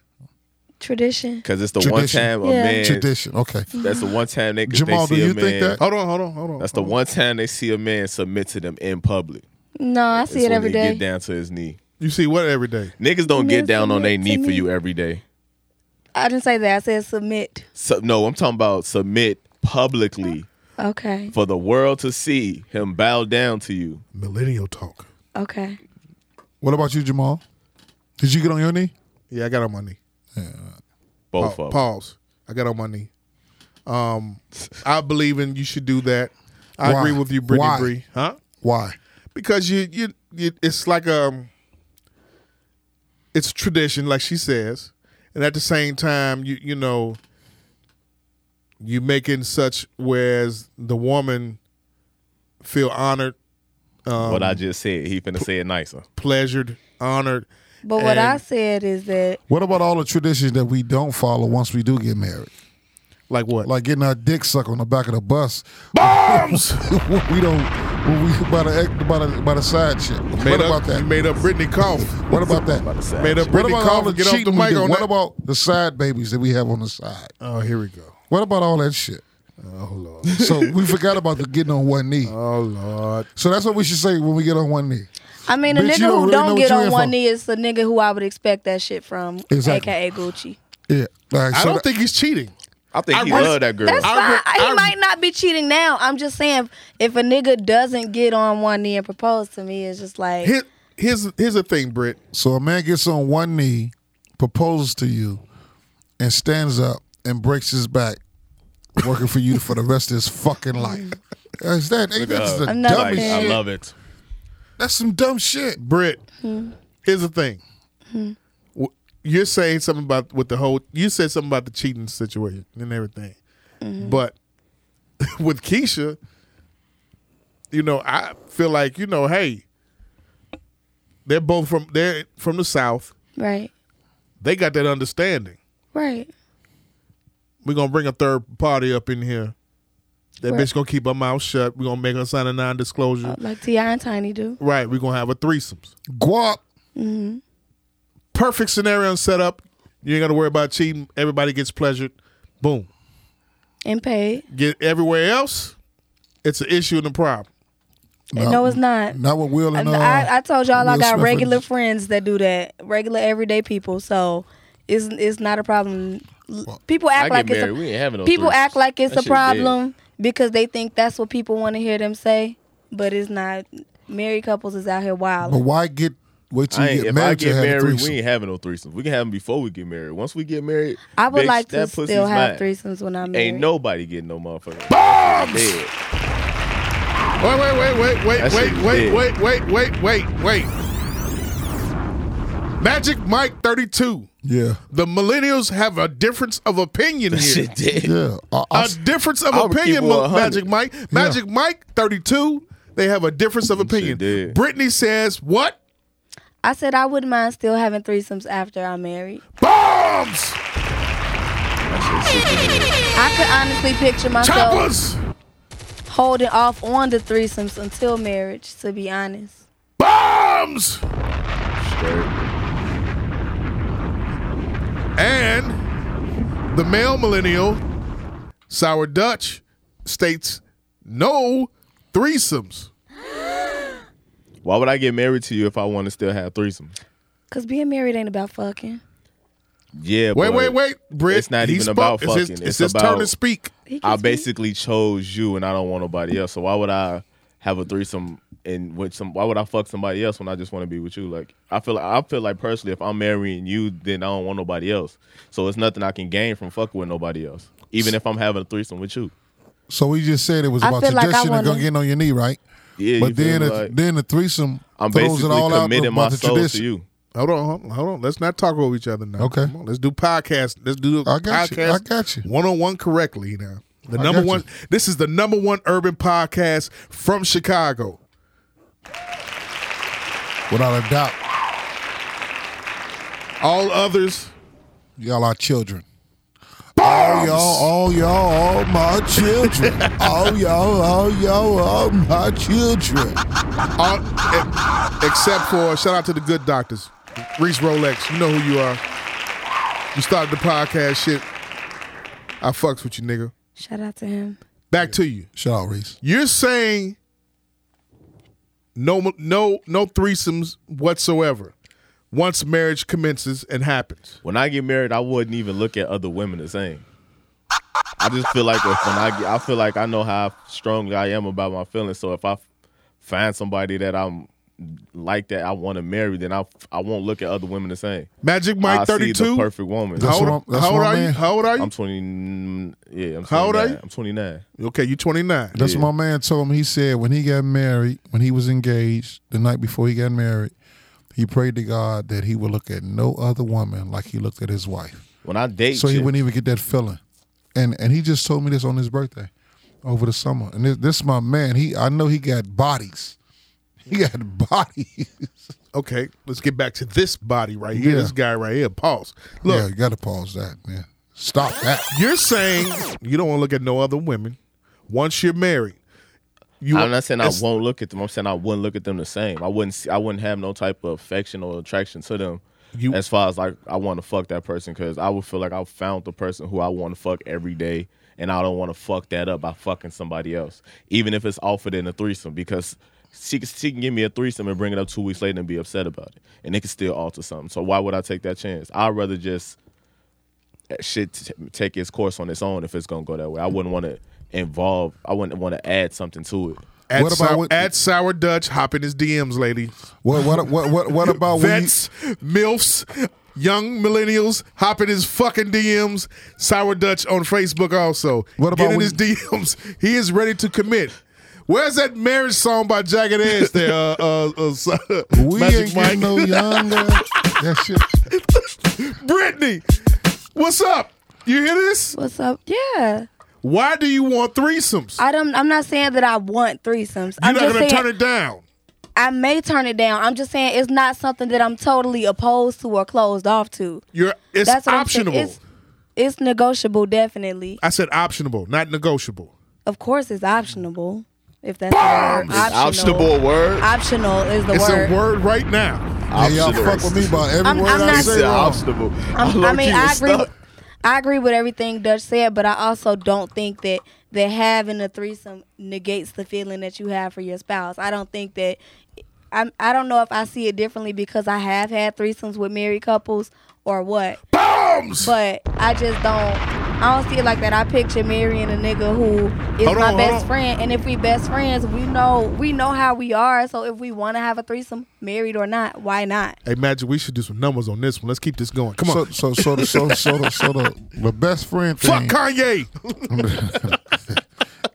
F: Tradition.
H: Because it's the one
D: Tradition.
H: time a
F: Yeah.
H: man.
D: Tradition. Okay.
H: That's the one time they,
D: Jamal,
H: they
D: do
H: see
D: you
H: a man.
D: think that?
E: Hold on, hold on, hold on.
H: That's the one time they see a man submit to them in public.
F: No, I
H: That's
F: see it
H: when
F: every
H: they
F: day.
H: Get down to his knee.
E: You see what every day?
H: Niggas don't
F: Men
H: get down on
F: submit
H: their
F: to
H: knee for
F: me.
H: you every day.
F: I didn't say that. I said submit.
H: So, no, I'm talking about submit publicly
F: Okay.
H: for the world to see him bow down to you.
E: Millennial talk.
F: Okay.
D: What about you, Jamal? Did you get on your knee?
E: Yeah, I got on my knee.
H: Both
E: Pa-
H: of them.
E: pause. I got on my knee. Um, I believe in you should do that. I
D: Why?
E: agree with you, Brittany
D: Why?
E: Bree. Huh?
D: Why?
E: Because you, you, you, it's like um, it's tradition, like she says, and at the same time, you, you know, you making such whereas the woman feel honored, um,
H: what
D: Um,
H: I just said. He finna say it nicer.
E: pleasured, honored.
F: But what I
E: And-
F: said is that
D: What about all the traditions that we don't follow once we do get married?
E: Like what?
D: Like getting our dick sucked on the back of the bus.
E: bombs.
D: When we don't. When we by the ex- by the by the side shit.
E: made
D: what
E: up,
D: about
E: You
D: that?
E: made up Brittany cough.
D: What about that?
E: Made up
D: What
E: Brittany
D: about all
E: cough.
D: the
E: Get off the
D: cheating we
E: mic
D: do?
E: on
D: What
E: that.
D: about the side babies that we have on the side?
E: oh, here we go.
D: What about all that shit?
E: Oh lord.
D: So we forgot about the getting on one knee.
E: Oh lord.
D: So that's what we should say when we get on one knee.
F: I mean a
D: Bitch,
F: nigga
D: you don't
F: who
D: really know
F: don't
D: what
F: get
D: you in
F: on one
D: for.
F: knee is the nigga who I would expect that shit from,
D: Exactly.
F: aka Gucci.
D: Yeah. Like,
E: I
D: so
E: don't
D: that-
E: think he's cheating.
H: I think he
E: I-
H: loved that girl.
F: That's
E: I
F: fine.
E: re- I
F: he
E: re-
F: might not be cheating now. I'm just saying, if a nigga doesn't get on one knee and propose to me, it's just like
E: Here, here's here's the thing, Britt.
D: So a man gets on one knee, proposes to you, and stands up and breaks his back, working for you for the rest of his fucking life. Is that ain't that's the
F: I'm not
D: dumbest
H: Like, I
D: shit?
H: love it.
D: That's some dumb shit.
E: Britt,
F: Mm-hmm.
E: here's the thing. W- You're saying something about with the whole. You said something about the cheating situation and everything,
F: Mm-hmm.
E: but with Keisha, you know, I feel like you know, hey, they're both from they're from the south.
F: right,
E: They got that understanding.
F: right.
E: We're gonna bring a third party up in here. That
F: Right. Uh,
E: bitch gonna keep her mouth shut. We're gonna make her sign a non-disclosure.
F: Like Ti and Tiny do. Mm-hmm.
E: Right, we're gonna have a threesomes.
D: Guap.
E: Perfect scenario and setup. You ain't gotta worry about cheating. Everybody gets pleasured. Boom.
F: And paid.
E: Get everywhere else, it's an issue and a problem. Uh,
F: no, it's not.
D: Not with Will and uh,
F: I, I told y'all I
D: Will
F: got
D: Smith
F: regular
D: and-
F: friends that do that, regular everyday people. So it's it's not a problem. L- People
H: I
F: act
H: get
F: like it's
H: married.
F: a,
H: we ain't having no
F: people
H: threesomes.
F: act like it's
H: That
F: a
H: shit
F: problem because they think that's what people want to hear them say, but it's not. Married couples is out here wild.
D: But why get wait till
H: I
D: you
H: ain't,
D: get
H: if I
D: married to
H: get
D: have a
H: married, we
D: threesome?
H: ain't having no threesomes. We can have them before we get married. Once we get married,
F: I would
H: bitch,
F: like to
H: that pussy's
F: still have
H: mine.
F: threesomes when I'm married.
H: Ain't nobody getting no motherfucker. Bombs!
E: Wait, wait, wait, wait, wait,
H: That
E: wait,
H: shit
E: wait,
H: dead.
E: wait, wait, wait, wait, wait. Magic Mike 32.
D: Yeah.
E: The millennials have a difference of opinion here.
H: Shit did.
D: Yeah. I, I,
E: a difference of
H: I'll keep
E: opinion,
H: it
E: Ma-
H: 100.
E: Magic Mike. Magic Mike, 32, they have a difference of opinion.
H: did.
E: Brittany says, what?
F: I said I wouldn't mind still having threesomes after I'm married.
E: Bombs!
F: I could honestly picture myself
E: Choppers!
F: holding off on the threesomes until marriage, to be honest.
E: Bombs! And the male millennial, Sour Dutch, states, no threesomes.
H: Why would I get married to you if I want to still have threesomes?
F: Because being married ain't about fucking.
H: Yeah,
E: Wait,
H: but
E: wait, wait, Britt.
H: it's not
E: he
H: even
E: spoke.
H: about
E: It's his,
H: fucking.
E: it's his
H: It's
E: turn to
H: about-
E: speak.
F: He can
H: I
F: speak.
H: basically chose you, and I don't want nobody else. So why would I have a threesome and with some? Why would I fuck somebody else when I just want to be with you? Like I feel, like, I feel like personally, if I'm marrying you, then I don't want nobody else. So it's nothing I can gain from fucking with nobody else, even if I'm having a threesome with you.
D: so we just said it was
F: I
D: about
F: feel like I
D: tradition and
F: wanna-
D: gonna get on your knee, right?
H: Yeah, you
D: but
H: feel
D: then
H: me?
D: it,
H: Like,
D: then the threesome
H: I'm
D: throws it
H: basically
D: all out
H: committing
D: about
H: my
D: the
H: soul
D: tradition.
H: to you.
E: Hold on, hold on, hold on. Let's not talk over each other now.
D: Okay.
E: Come on, let's do podcast. Let's do
D: I got you.
E: podcast.
D: I got you.
E: One on one correctly now. The
D: I
E: number
D: got
E: one.
D: you.
E: This is the number one urban podcast from Chicago.
D: Without a doubt,
E: All others.
D: y'all are children. All y'all, all y'all, all my children. all y'all, all y'all, all my children.
E: All, e- except for shout out to the good doctors, Reese Rolex. You know who you are. You started the podcast shit. I fucks with you, nigga.
F: Shout out to him.
E: Back to you.
D: Shout out, Reese.
E: You're saying no, no, no threesomes whatsoever. Once marriage commences and happens,
H: When I get married, I wouldn't even look at other women the same. I just feel like if when I get, I feel like I know how strongly I am about my feelings. So if I f- find somebody that I'm like that I want to marry, then I f- I won't look at other women the same.
E: Magic
H: I
E: Mike,
H: see the
E: thirty-two.
H: perfect woman.
E: How
D: That's what
E: old,
D: I'm- that's
E: how old
D: what
E: are
D: I'm
E: you?
D: in.
E: How old are you?
H: I'm 20. Yeah, I'm 29.
E: How old are you?
H: I'm 29.
E: okay, you're 29.
D: That's what my man told me. He said when he got married, when he was engaged, the night before he got married, he prayed to God that he would look at no other woman like he looked at his wife.
H: When I date,
D: so he
H: chicks-
D: wouldn't even get that feeling. And and he just told me this on his birthday, over the summer. And this, this my man. He I know he got bodies. He got bodies.
E: Okay, let's get back to this body right here.
D: Yeah.
E: This guy right here. Pause.
D: yeah,
E: Look,
D: you got to pause that, man. Stop that.
E: you're saying you don't want to look at no other women once you're married. You,
H: I'm not saying I
E: it's-
H: won't look at them. I'm saying I wouldn't look at them the same. I wouldn't. See, I wouldn't have no type of affection or attraction to them.
E: You-
H: as far as like I want to fuck that person because I would feel like I found the person who I want to fuck every day, and I don't want to fuck that up by fucking somebody else, even if it's offered in a threesome because. She, can- she can give me a threesome and bring it up two weeks later and be upset about it, and it can still alter something. So why would I take that chance? I'd rather just that shit t- take its course on its own if it's gonna go that way. I wouldn't want to involve. I wouldn't want to add something to it.
E: At,
D: What about
E: Sour,
D: what-
E: at Sour Dutch, hop in his DMs, ladies.
D: What what what what, what about when you-
E: Vets, MILFs, young millennials, hop in his fucking DMs. Sour Dutch on Facebook also.
D: What
E: Get
D: about
E: in
D: when-
E: his DMs. He is ready to commit. Where's that marriage song by Jagged Edge there? Uh, uh, uh, so-
D: we
E: Magic
D: ain't
E: Mike?
D: getting no younger? that shit.
E: Brittany, what's up? You hear this?
F: What's up? Yeah.
E: Why do you want threesomes?
F: I don't. I'm not saying that I want threesomes.
E: You're
F: I'm
E: not
F: just
E: gonna
F: saying
E: turn it down.
F: I may turn it down. I'm just saying it's not something that I'm totally opposed to or closed off to.
E: You're it's
F: That's what I'm saying.
E: optionable.
F: It's, it's negotiable, definitely.
E: I said optionable, not negotiable.
F: Of course, it's optionable. If that's the word. optional.
H: Optionable word.
F: Optional is the
E: It's
F: word.
E: a word right now.
D: Hey, y'all fuck with me about every
F: I'm-
D: word
F: I'm
D: I
F: not-
D: say. wrong.
H: Optionable.
F: I'm- I mean, I agree.
H: With,
F: With, I agree with everything Dutch said, but I also don't think that that having a threesome negates the feeling that you have for your spouse. I don't think that. I'm, I don't know if I see it differently because I have had threesomes with married couples or what.
E: Bombs.
F: But I just don't. I don't see it like that. I picture marrying a nigga who is
E: Hold
F: my
E: on, hold
F: best
E: on.
F: friend, and if we best friends, we know we know how we are. So if we want to have a threesome, married or not, why not?
E: Hey, Magic, we should do some numbers on this one. Let's keep this going. Come on.
D: So so so the so so the so the, the best friend
E: Fuck
D: thing.
E: Kanye.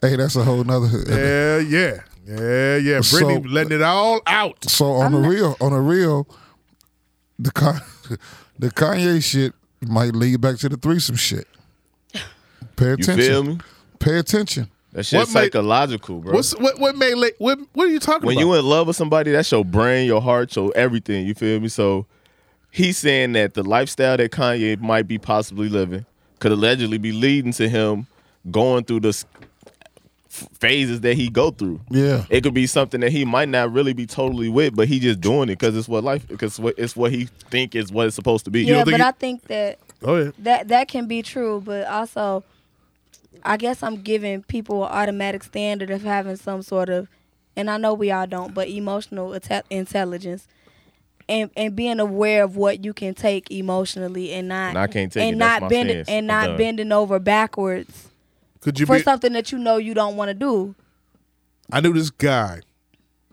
D: hey, that's a whole nother.
E: yeah, yeah. Yeah, yeah.
D: So-
E: Brittany letting it all out.
D: So on the real, on the real, the Con- the Kanye shit might lead back to the threesome shit. Pay
H: you
D: attention.
H: feel me?
D: Pay attention.
H: That shit's
E: What made-
H: psychological, bro.
E: What's what what made la- what what are you talking
H: when
E: about?
H: you in love with somebody, that's your brain, your heart, your everything. You feel me? So he's saying that the lifestyle that Kanye might be possibly living could allegedly be leading to him going through the s- f- phases that he go through.
D: Yeah.
H: it could be something that he might not really be totally with, but he just doing it because it's what life, because what it's what he think is what it's supposed to be.
F: Yeah,
E: think
F: but
E: you-
F: I think that
E: oh yeah.
F: that that can be true, but also, I guess I'm giving people an automatic standard of having some sort of, and I know we all don't, but emotional atta- intelligence, and and being aware of what you can take emotionally and not
H: And I can't take
F: and
H: it. That's
F: not
H: my
F: bending
H: stance.
F: and
H: I'm
F: not
H: done.
F: bending over backwards
E: Could you
F: for
E: be
F: something that you know you don't want to do.
E: I knew this guy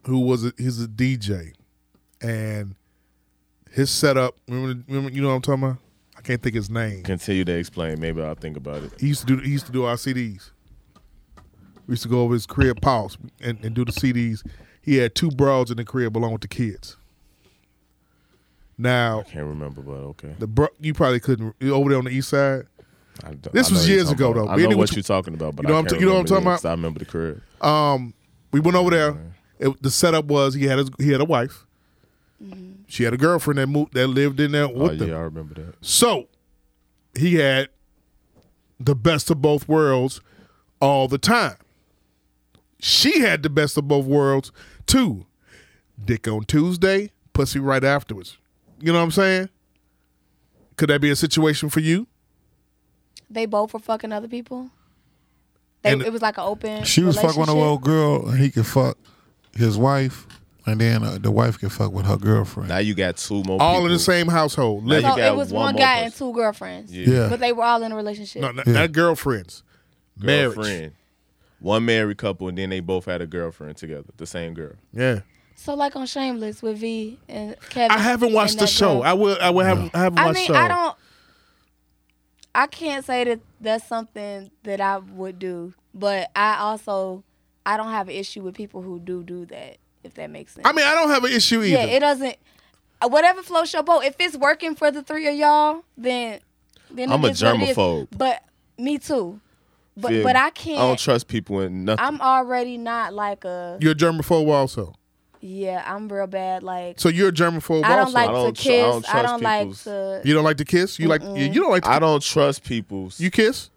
E: who was a, he's a DJ, and his setup. Remember, remember, you know what I'm talking about? I can't think his name.
H: Continue to explain. Maybe I'll think about it.
E: He used to do he used to do our CDs. We used to go over his crib, pause, and, and do the CDs. He had two broads in the crib along with the kids. Now
H: Can't remember, but okay.
E: the bro, you probably couldn't you over there on the east side.
H: I don't-
E: This
H: I
E: was
H: know you're
E: years
H: talking
E: ago,
H: about-
E: though.
H: I
E: Benny,
H: know
E: what
H: what
E: you-
H: you're talking about, but
E: you know
H: I
E: what I'm
H: can't
E: t- you know what I'm
H: remember
E: talking
H: the-
E: about?
H: 'cause I remember the crib.
E: Um, we went over there. It, the setup was he had his, he had a wife.
F: Mm-hmm.
E: She had a girlfriend that moved that lived in there
H: Oh
E: with
H: yeah,
E: them.
H: I remember that.
E: So he had the best of both worlds all the time. She had the best of both worlds too. Dick on Tuesday, pussy right afterwards. You know what I'm saying? Could that be a situation for you?
F: They both were fucking other people. They,
E: And-
F: it was like an open.
D: She was fucking with an
F: relationship.
D: old girl, and he could fuck his wife, and then uh, the wife could fuck with her girlfriend.
H: Now you got two more.
E: All
H: people.
E: in the same household. Living.
H: you
F: So
H: got
F: it was
H: one
F: one
H: more
F: guy and
H: person.
F: two girlfriends.
D: yeah,
F: But they were all in a relationship.
E: No, not,
D: Yeah.
E: not girlfriends. Marriage.
H: girlfriend. One married couple, and then they both had a girlfriend together, the same girl.
E: Yeah.
F: So like on Shameless with V and Kevin.
E: I haven't watched
F: and
E: the
F: that
E: show.
F: girl.
E: I will. I will have. I haven't
F: I
E: watched
F: mean,
E: the show.
F: I don't. I can't say that that's something that I would do, but I also I don't have an issue with people who do do that. If that makes sense.
E: I mean, I don't have an issue either.
F: yeah, it doesn't. uh, Whatever floats your boat. If it's working for the three of y'all, then then it
H: I'm a
F: is what it is.
H: germaphobe.
F: But me too. But
H: Feel
F: but
H: me?
F: I
H: I don't
F: can't.
H: trust people in nothing.
F: I'm already not like a
E: you're a germaphobe also.
F: yeah. I'm real bad. Like
E: So you're a germaphobe
F: I don't
E: also.
F: like
H: I don't
F: to
H: tr- I don't
F: kiss. I
H: trust
F: don't like
H: people's-
F: to.
E: you don't like to kiss. You like. You don't like. To,
H: I don't trust people.
E: you kiss.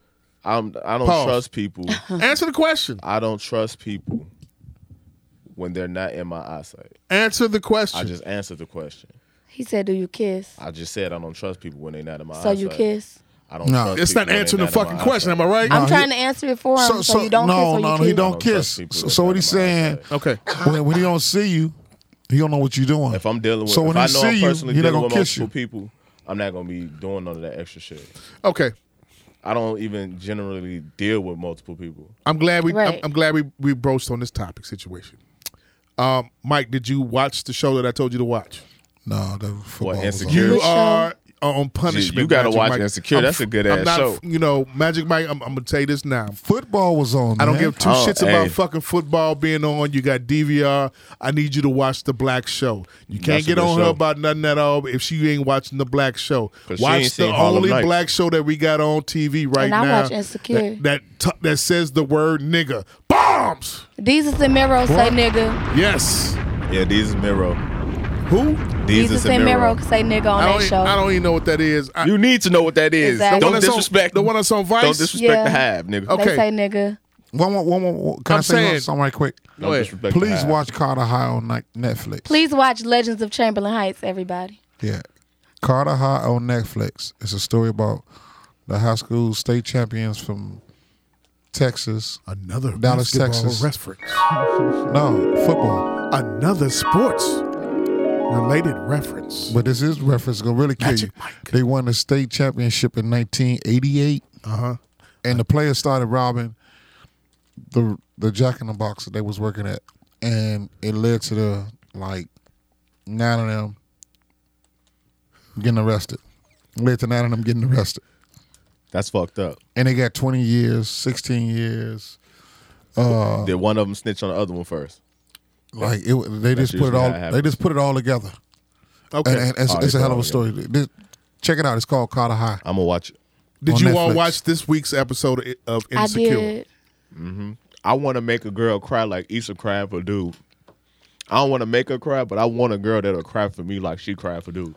H: I'm, I don't
E: Pause.
H: trust people.
E: Answer the question.
H: I don't trust people when they're not in my eyesight.
E: Answer the question.
H: I just answered the question.
F: He said, "Do you kiss?"
H: I just said I don't trust people when they're not in my
F: So
H: eyesight.
F: you kiss.
H: I don't.
D: No.
H: trust
E: it's not
H: people when
E: answering
H: they
E: the
H: in
E: fucking
H: my
E: question. Am
H: eyesight.
E: I right?
F: I'm
D: he-
F: trying to answer it for him. So, you don't
D: no,
F: kiss. Or
D: no,
F: you kiss.
D: he don't
H: I don't trust
D: kiss.
H: people
D: So,
H: that
D: so what
H: don't
D: he's
H: like
D: saying,
H: that.
E: okay.
D: when, when he don't see you, he don't know what you're doing.
H: If I'm dealing with,
D: so
H: if
D: when
H: I
D: he
H: know
D: see
H: I'm
D: you,
H: personally
D: he not
H: dealing with
D: gonna kiss
H: multiple
D: you.
H: people, I'm not gonna be doing none of that extra shit.
E: Okay.
H: I don't even generally deal with multiple people.
E: I'm glad we. I'm,
F: Right.
E: I'm glad we we broached on this topic situation. Um, Mike, did you watch the show that I told you to watch?
D: No, that
H: Well,
D: football. was Oh, on.
H: insecure.
E: You
F: Which show?
E: are on punishment.
H: Gee, you gotta
E: Magic
H: watch
E: Mike.
H: Insecure. That's a good
E: I'm
H: ass
E: not-
H: show.
E: You know, Magic Mike. I'm, I'm gonna tell you this now.
D: Football was on.
E: I don't
D: man.
E: give two
H: Oh,
E: shits about
H: hey.
E: fucking football being on. You got DVR. I need you to watch the Black Show. You can't
H: That's a
E: get
H: good
E: on her
H: show.
E: about nothing at all if she ain't watching the Black Show.
H: 'Cause she
E: Watch
H: ain't
E: the
H: seen Harlem
E: only
H: Nights.
E: Black Show that we got on TV right
F: And
E: now.
F: I watch Insecure.
E: That that, t- that says the word nigga. Bombs.
F: Jesus and Mero say nigga.
E: Yes.
H: Yeah, these is Miro.
E: Who?
H: These
F: Jesus
H: is
F: and Mero
H: Miro.
F: say nigga
E: I
F: on
E: don't,
F: that
E: e-
F: show.
E: I don't even know what that is. I,
H: You need to know what that is.
F: Exactly.
H: Don't
E: The one that's on-
H: disrespect
E: the one that's on Vice?
H: Don't disrespect
F: Yeah.
H: the Hive, nigga.
E: Okay.
F: They say nigga.
D: One more, one more. one- Can i
E: I'm
D: say
E: saying-
D: one- something right quick?
H: Don't
E: Wait.
H: disrespect the
D: Please
H: Hive.
D: watch Carter High on Ni- Netflix.
F: Please watch Legends of Chamberlain Heights, everybody.
D: Yeah. Carter High on Netflix. It's a story about the high school state champions from Texas.
E: Another
D: Dallas,
E: basketball
D: Texas.
E: reference.
D: No, football.
E: Another sports related reference.
D: But this is reference gonna really kill you.
E: Magic Mike.
D: They won the state championship in 1988,
E: Uh huh.
D: and the players started robbing the the Jack in the Box that they was working at, and it led to the like nine of them getting arrested. Led to nine of them getting arrested.
H: That's fucked up.
D: and they got 20 years, 16 years. uh,
H: Did one of them snitch on the other one first?
D: Like it, wa- they just put it
H: usually
D: all.
H: how it happens.
D: They just put it all together,
E: Okay.
D: and, and it's,
H: Oh, they
D: it's a
H: put
D: hell
H: it
D: of
H: all
D: a story. This- check it out. It's called Carter High.
H: I'm gonna watch it.
E: Did
D: on
E: you all
D: Netflix.
E: watch this week's episode of- of
F: I
E: Insecure?
F: did.
H: Mm-hmm. I want to make a girl cry like Issa cried for dude. I don't want to make her cry, but I want a girl that'll cry for me like she cried for dude.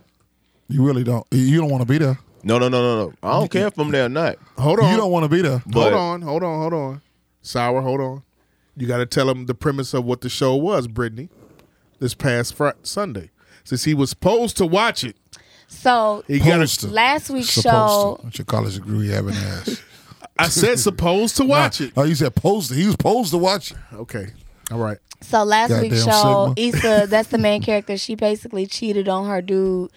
D: You really don't. You don't want to be there.
H: No, no, no, no, no. I don't care if I'm there or not.
E: Hold on.
D: You don't want to be there.
H: But-
E: hold on. Hold on. Hold on. Sour, hold on. You got to tell them the premise of what the show was, Brittany, this past fr- Sunday. Since he was supposed to watch it,
F: So
E: he got
D: Supposed to.
F: last week's
D: Supposed
F: show,
D: to. With your college degree you have an ass.
E: I said supposed to watch it.
D: Oh, you said posed. to- He was posed to watch. it.
E: Okay. All right.
F: So last
D: Goddamn
F: week's show,
D: Sigma.
F: Issa, that's the main character. She basically cheated on her dude,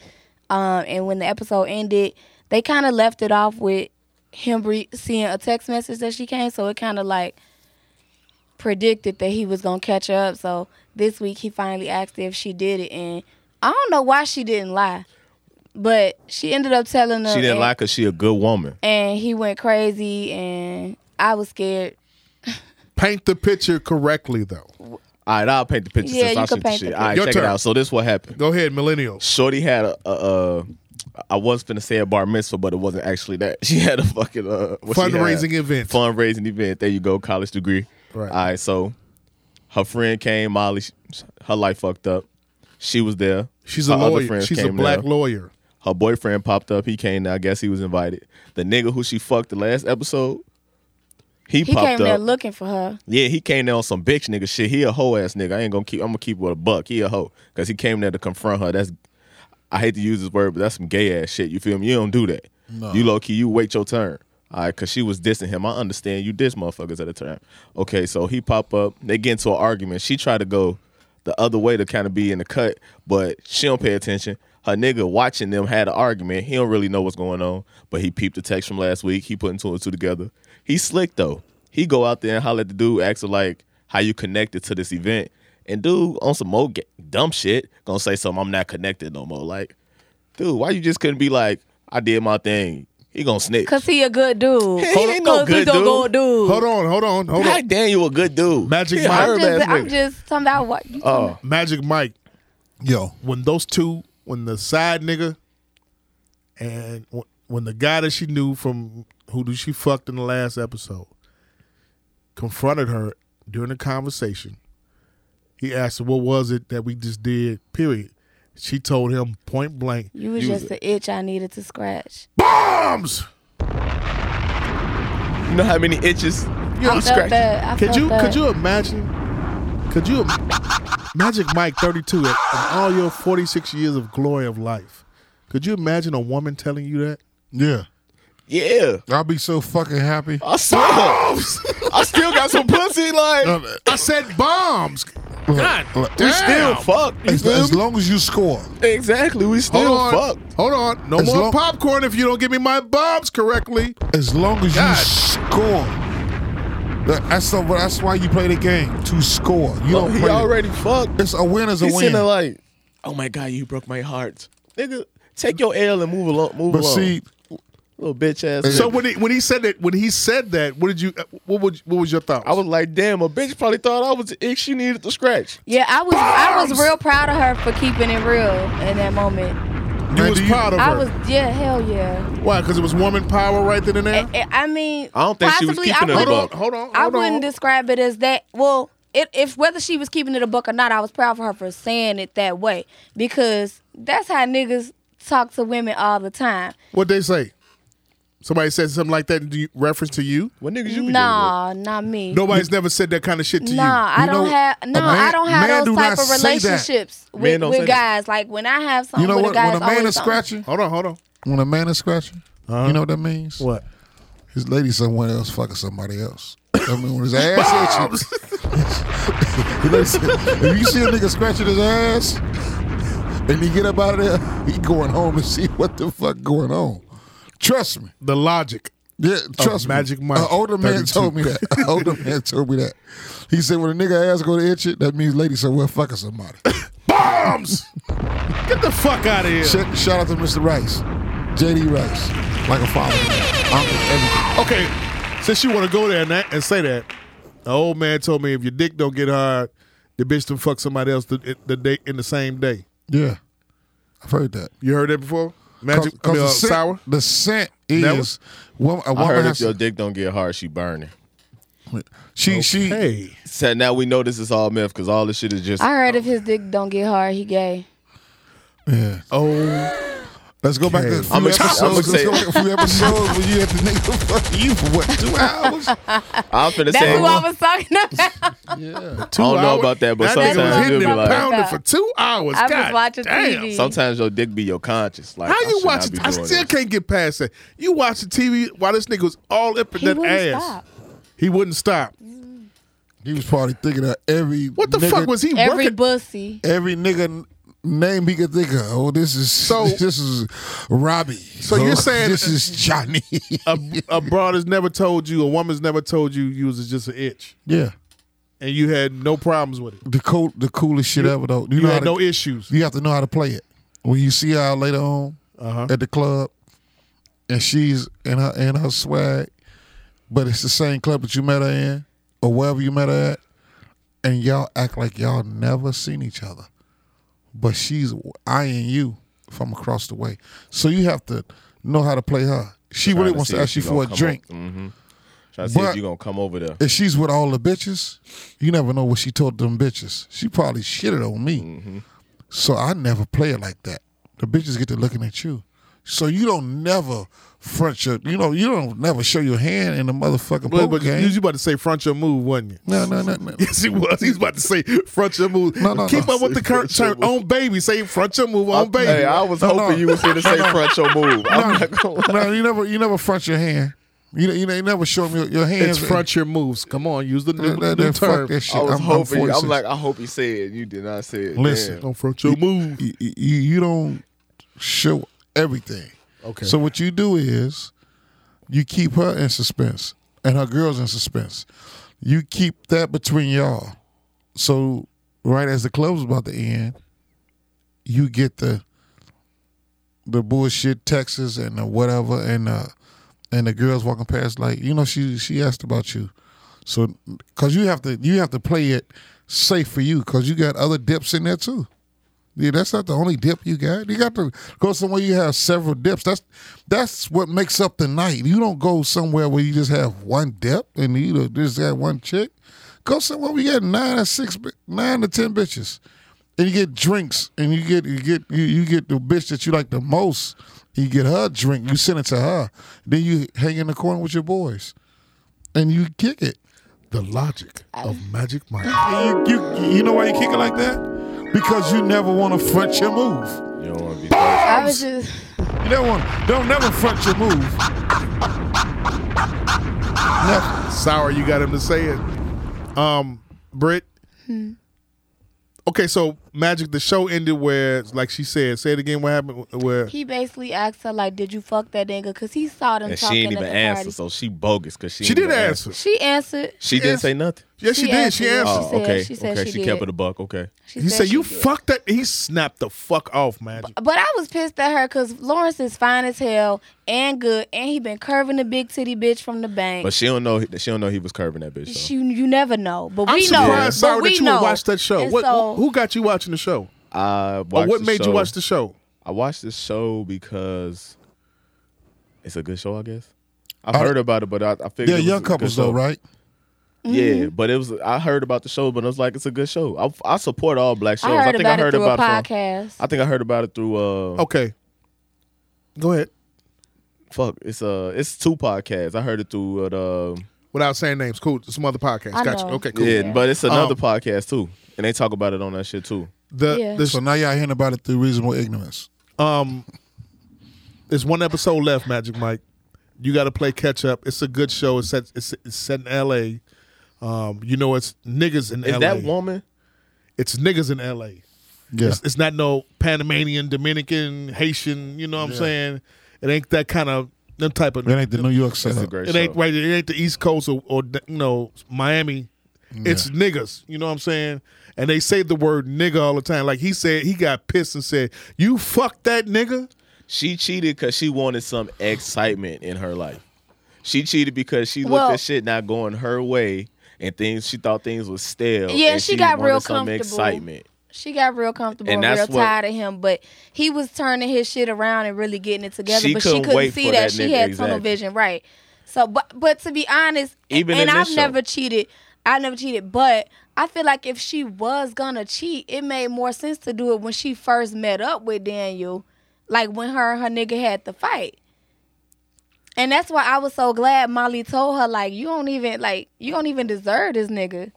F: um, and when the episode ended, they kind of left it off with him re- seeing a text message that she came. So it kind of like predicted that he was gonna catch her up. So this week he finally asked her if she did it, and I don't know why she didn't lie, but she ended up telling her.
H: She didn't
F: and-
H: lie 'cause she a good woman.
F: and he went crazy, and I was scared.
E: Paint the picture correctly, though.
H: All right, I'll paint the picture
F: Yeah, you
H: since I
F: can
H: shoot the
F: paint the
H: shit. All right,
E: picture.
H: check
E: Your
H: it
E: turn.
H: out. So this what happened.
E: Go ahead, millennials.
H: Shorty had a, a, a I was gonna say a bar mitzvah, but it wasn't actually that. She had a fucking uh, what she had?
E: Fundraising event.
H: Fundraising event. There you go, college degree.
E: Right.
H: All right. So her friend came, Molly. sh- Her life fucked up. She was there.
E: She's a
H: Her other
E: lawyer.
H: friends
E: She's a
H: came
E: black
H: there.
E: lawyer.
H: Her boyfriend popped up. He came. Now I guess he was invited. The nigga who she fucked the last episode. He,
F: He
H: popped
F: came
H: up.
F: there looking for her.
H: Yeah, he came there on some bitch nigga shit. He a hoe ass nigga. I ain't gonna keep. I'm gonna keep it with a buck. He a hoe because he came there to confront her. That's I hate to use this word, but that's some gay ass shit. You feel me? You don't do that. You low key, you wait your turn. All right, cause she was dissing him. I understand you diss motherfuckers at a time. Okay, so he pop up. They get into an argument. She try to go the other way to kind of be in the cut, but she don't pay attention. Her nigga watching them had an argument. He don't really know what's going on, but he peeped the text from last week. He putting two and two together. He slick though. He go out there and holler at the dude, ask her like how you connected to this event. And dude, on some more ga- dumb shit, gonna say something I'm not connected no more. Like, dude, why you just couldn't be like, I did my thing. He gonna snitch.
F: Cause he a good dude.
H: He ain't no
F: 'Cause
H: good
F: he's a
H: dude.
F: good dude.
E: Hold on, hold on, hold on.
H: God damn, you a good Oh. dude.
E: Magic
H: He a
E: Mike.
F: I'm
H: hard ass
F: just, I'm
H: nigga. Uh,
F: just talking about what you talking about.
E: Magic Mike,
D: Yo,
E: when those two, when the side nigga, and wh- when the guy that she knew from who do she fucked in the last episode, confronted her during the conversation. He asked her, "What was it that we just did?" Period. She told him point blank,
F: You was just the itch I needed to scratch.
E: "Bombs."
H: You know how many inches? You
F: I
H: know,
F: felt
H: scratch.
F: that. I
E: Could
F: felt
E: you
F: that.
E: could you imagine? Could you Magic Mike 32 and all your 46 years of glory of life. Could you imagine a woman telling you that?
D: yeah,
H: Yeah.
D: I'll be so fucking happy.
H: I saw I still got some pussy. Like,
D: Uh,
E: I said bombs. God.
D: look,
H: we still fuck. You
D: as,
H: feel
D: as
H: me?
D: long as you score,
H: exactly. We still
E: Hold on.
H: fuck.
E: Hold on. No
D: As
E: more
D: long-
E: popcorn if you don't give me my bombs correctly.
D: as long as
E: God.
D: you score. That- That's the, that's why you play the game to score. You
H: Oh,
D: don't
H: he
D: play.
H: already fucked.
D: it's a win is a
H: He's
D: win.
H: sitting there like, oh my God, you broke my heart. Nigga, take your L and move along. Move
D: but
H: along.
D: see,
H: Little bitch ass.
E: So
H: So
E: when he when he said that when he said that, what did you uh, what would what was your thought?
H: I was like, damn, a bitch probably thought I was the ick she needed to scratch.
F: Yeah, I was I was real proud of her for keeping it real in that moment.
E: you
D: Man,
E: was
D: do you-
E: proud of
F: I
E: her.
F: was yeah, hell yeah.
E: Why? Because it was woman power right then and there.
F: I, I mean,
H: I don't think she was
F: possibly
H: keeping
F: I
H: it a
E: hold
F: wouldn't-
E: on,
H: buck.
E: hold on. Hold
F: I
E: on.
F: wouldn't describe it as that. Well, it, if whether she was keeping it a buck or not, I was proud for her for saying it that way because that's how niggas talk to women all the time.
E: What they say? Somebody said something like that in you- reference to you.
H: What niggas you be
F: Nah, not me.
E: Nobody's never said that kind of shit to
F: Nah,
D: You
F: I don't
D: know,
F: have
D: a
F: no, I
D: man-
F: don't have
D: man
F: those
D: do
F: type
D: not
F: of
D: say that.
F: relationships
H: Men
F: with,
H: don't
F: with
H: say that.
F: guys. Like when I have something
D: you know
F: with
D: what?
F: a guy,
D: When a
F: it's
D: man
F: always
D: is
F: something.
D: scratching,
E: you. Hold on, hold on.
D: when a man is scratching, you know what that means?
E: What?
D: His lady somewhere else fucking somebody else. I mean, when his ass itching. Listen, if you see a nigga scratching his ass and he get up out of there, he going home to see what the fuck going on. Trust me.
E: The logic.
D: Yeah, trust me.
E: Magic Mike,
D: An older man
E: 32.
D: told me that. An older man told me that. He said, when a nigga ass go to itch it, that means lady somewhere fucking somebody.
E: Bombs. Get the fuck out of here.
D: shout, shout out to Mr. Rice. JD Rice. Like a father. Uncle, everything.
E: Okay, since you want to go there and, that, and say that, the old man told me if your dick don't get hard, the bitch done fuck somebody else the, the day in the same day.
D: Yeah. I've heard that.
E: You heard that before? Magic I mean, uh,
D: the scent,
E: sour.
D: The scent
E: Never?
D: is woman, a
H: doing? I
D: woman
H: heard
D: has
H: if your
D: to,
H: dick don't get hard, she burning.
D: she she
E: Hey,
H: So now we know this is all myth because all this shit is just.
F: I heard if his dick don't get hard, he gay.
E: oh,
D: Let's go back to a few
H: I'm ex- I'm
D: episodes. Let's
H: excited.
D: go back to a few episodes when you had the nigga fuck you for what two hours?
H: I'm finna
F: That's
H: say.
F: who I was talking about.
E: two
H: I don't know
E: hours.
H: about that, but
E: that nigga
H: sometimes
E: was
H: you'll
E: hitting
H: be
E: and
H: like-
E: pounding for two hours.
F: I was
E: God
F: watching
E: damn.
F: TV.
H: Sometimes your dick be your conscience. Like
E: How
H: I
E: you
H: should not
E: watching?
H: be
E: I
H: doing
E: still
H: this.
E: can't get past that. You watching TV while this nigga was all up in
F: He
E: that
F: wouldn't
E: ass.
F: stop.
E: He wouldn't stop.
D: He was probably thinking of every
E: What the
D: nigga,
E: fuck was he
F: Every
E: working?
F: bussy.
D: every nigga n- name he could think of. Oh, this is
E: So-
D: this is Robbie. So
E: you're saying-
D: this is Johnny?
E: a, a broad has never told you, a woman's never told you you was just an itch,
D: yeah,
E: and you had no problems with it.
D: the cool the coolest shit ever though. You,
E: You,
D: know how
E: had
D: to,
E: no issues.
D: you have to know how to play it. When you see her later on
E: Uh-huh.
D: at the club, and she's in her in her swag, but it's the same club that you met her in, or wherever you met her at, and y'all act like y'all never seen each other, but she's eyeing you from across the way. So you have to know how to play her. She really
H: Trying to
D: wants
H: see
D: to
H: if
D: ask you
H: she
D: for
H: gonna
D: a
H: come
D: drink.
H: over- Trying to see
D: But-
H: if you gonna come over there.
D: If she's with all the bitches, you never know what she told them bitches. She probably shitted on me.
E: Mm-hmm.
D: So I never play it like that. The bitches get to looking at you. So you don't never front your. You know, you don't never show your hand in the motherfucking
E: Well,
D: poker
E: but you,
D: game.
E: you about to say front your move, wasn't you?
D: no, no, no, no.
E: Yes, he was. He's about to say front your move.
D: No, no,
E: Keep
D: no.
E: up with the current term. On baby, say front your move. On baby.
K: Hey, I was
D: No,
K: hoping
D: no.
K: you was going to say front your move. I'm not gonna lie.
D: no, you never, you never front your hand. You, you, you never show them your, your hands.
E: it's front your moves. Come on, use the new,
D: That- that-
E: new
D: that- fuck
E: term.
D: that shit.
K: I was
D: I'm- I'm
K: hoping. you- I'm,
D: 46.
K: like, I hope he said you did not say it.
D: Listen,
K: Damn.
E: Don't front your move.
D: you, you- you don't show everything.
E: Okay.
D: So what you do is you keep her in suspense and her girls in suspense. You keep that between y'all. So right as the club's about to end, you get the the bullshit Texas and the whatever and uh and the girls walking past like you know she she asked about you. So cuz you have to you have to play it safe for you cuz you got other dips in there too. Yeah, that's not the only dip you got. You got to go somewhere you have several dips. That's that's what makes up the night. You don't go somewhere where you just have one dip and you just got one chick. Go somewhere we got nine or six, bi- nine to ten bitches, and you get drinks and you get you get you, you get the bitch that you like the most. You get her drink, you send it to her. Then you hang in the corner with your boys, and you kick it.
E: The logic of Magic Mike.
D: And you you you know why you kick it like that? Because you never want to front your move.
H: You don't want to be.
F: I was just.
D: You don't want, don't never front your move.
E: Sour, you got him to say it. Um, Britt.
F: Hmm.
E: Okay, so Magic, the show ended where, like she said, say it again. What happened? Where
F: He basically asked her like, "Did you fuck that nigga?" Cause he saw them
H: And she
F: talking
H: ain't
F: at
H: even
F: the
H: answer,
F: party.
H: so she bogus because she
E: she
H: ain't
E: did
H: even
E: answer.
F: She answered.
H: She didn't say nothing.
E: Yes, she,
F: She
E: did. She
F: answered,
E: answered.
F: yeah.
H: Oh,
F: said-
H: okay,
F: she said
H: okay.
F: she
H: She, kept
F: did.
H: it a buck. Okay,
F: She
E: He said,
F: she
E: "You
F: did."
E: fucked that." He snapped the fuck off, Magic.
F: But I was pissed at her because Lawrence is fine as hell and good, and he been curving the big titty bitch from the bank.
H: but she don't know. She don't know he was curving that bitch. though.
F: She, you never know, but
E: I'm
F: we know.
E: surprised, Sour,
F: but we
E: that you
F: know.
E: would watch that show.
F: And
E: What?
F: so-
E: who got you watching the show?
H: I
E: Or
H: watched
E: what
H: the
E: made
H: show-
E: you watch the show?
H: I watched this show because it's a good show, I guess. I've heard about it, but I, I figured
D: They're
H: it was a
D: young
H: good
D: couples though,
H: show.
D: right?
F: Mm-hmm.
H: Yeah, but it was. I heard about the show, but I was like, it's a good show. I, I support all black shows.
F: I heard
H: think
F: about
H: I heard
F: it through
H: about
F: a
H: it. From,
F: podcast.
H: I think I heard about it through. Uh,
E: Okay, go ahead.
H: fuck, it's uh, it's two podcasts. I heard it through. At, uh,
E: Without saying names, cool. Some other podcasts.
F: I
E: Gotcha.
F: know.
E: Okay, cool.
H: Yeah, but it's another
E: Um,
H: podcast too, and they talk about it on that shit too.
E: The,
F: Yeah.
E: the
D: So now y'all hearing about it through reasonable ignorance.
E: Um, there's one episode left, Magic Mike. You got to play catch up. It's a good show. It's set. It's, it's set in L.A. Um, you know it's niggas in
H: Is
E: L.A.
H: that woman?
E: It's niggas in L.A.
D: Yeah.
E: It's, it's not no Panamanian, Dominican, Haitian. You know what I'm saying? It ain't that kind of them type of.
D: It ain't the New York
H: That's a
D: setup.
H: great
E: It
H: show.
E: ain't right. It ain't the East Coast or, or you know Miami. It's niggas. You know what I'm saying? And they say the word nigga all the time. Like he said, he got pissed and said, "You fuck that nigga."
H: She cheated because she wanted some excitement in her life. She cheated because she looked
F: Well-
H: at shit not going her way and things she thought things was stale.
F: Yeah,
H: and
F: she got
H: wanted
F: real
H: some
F: comfortable.
H: excitement.
F: she got real comfortable and
H: And
F: real
H: that's what-
F: tired of him, but he was turning his shit around and really getting it together.
H: She
F: but
H: couldn't
F: she couldn't
H: wait
F: see
H: for
F: that.
H: that
F: she
H: nigga,
F: had tunnel
H: exactly.
F: vision, right? So, but but to be honest,
H: Even
F: and
H: in
F: I've
H: this show.
F: never cheated. I never cheated, but I feel like if she was gonna cheat, it made more sense to do it when she first met up with Daniel, like when her and her nigga had the fight. And that's why I was so glad Molly told her like you don't even like you don't even deserve this nigga.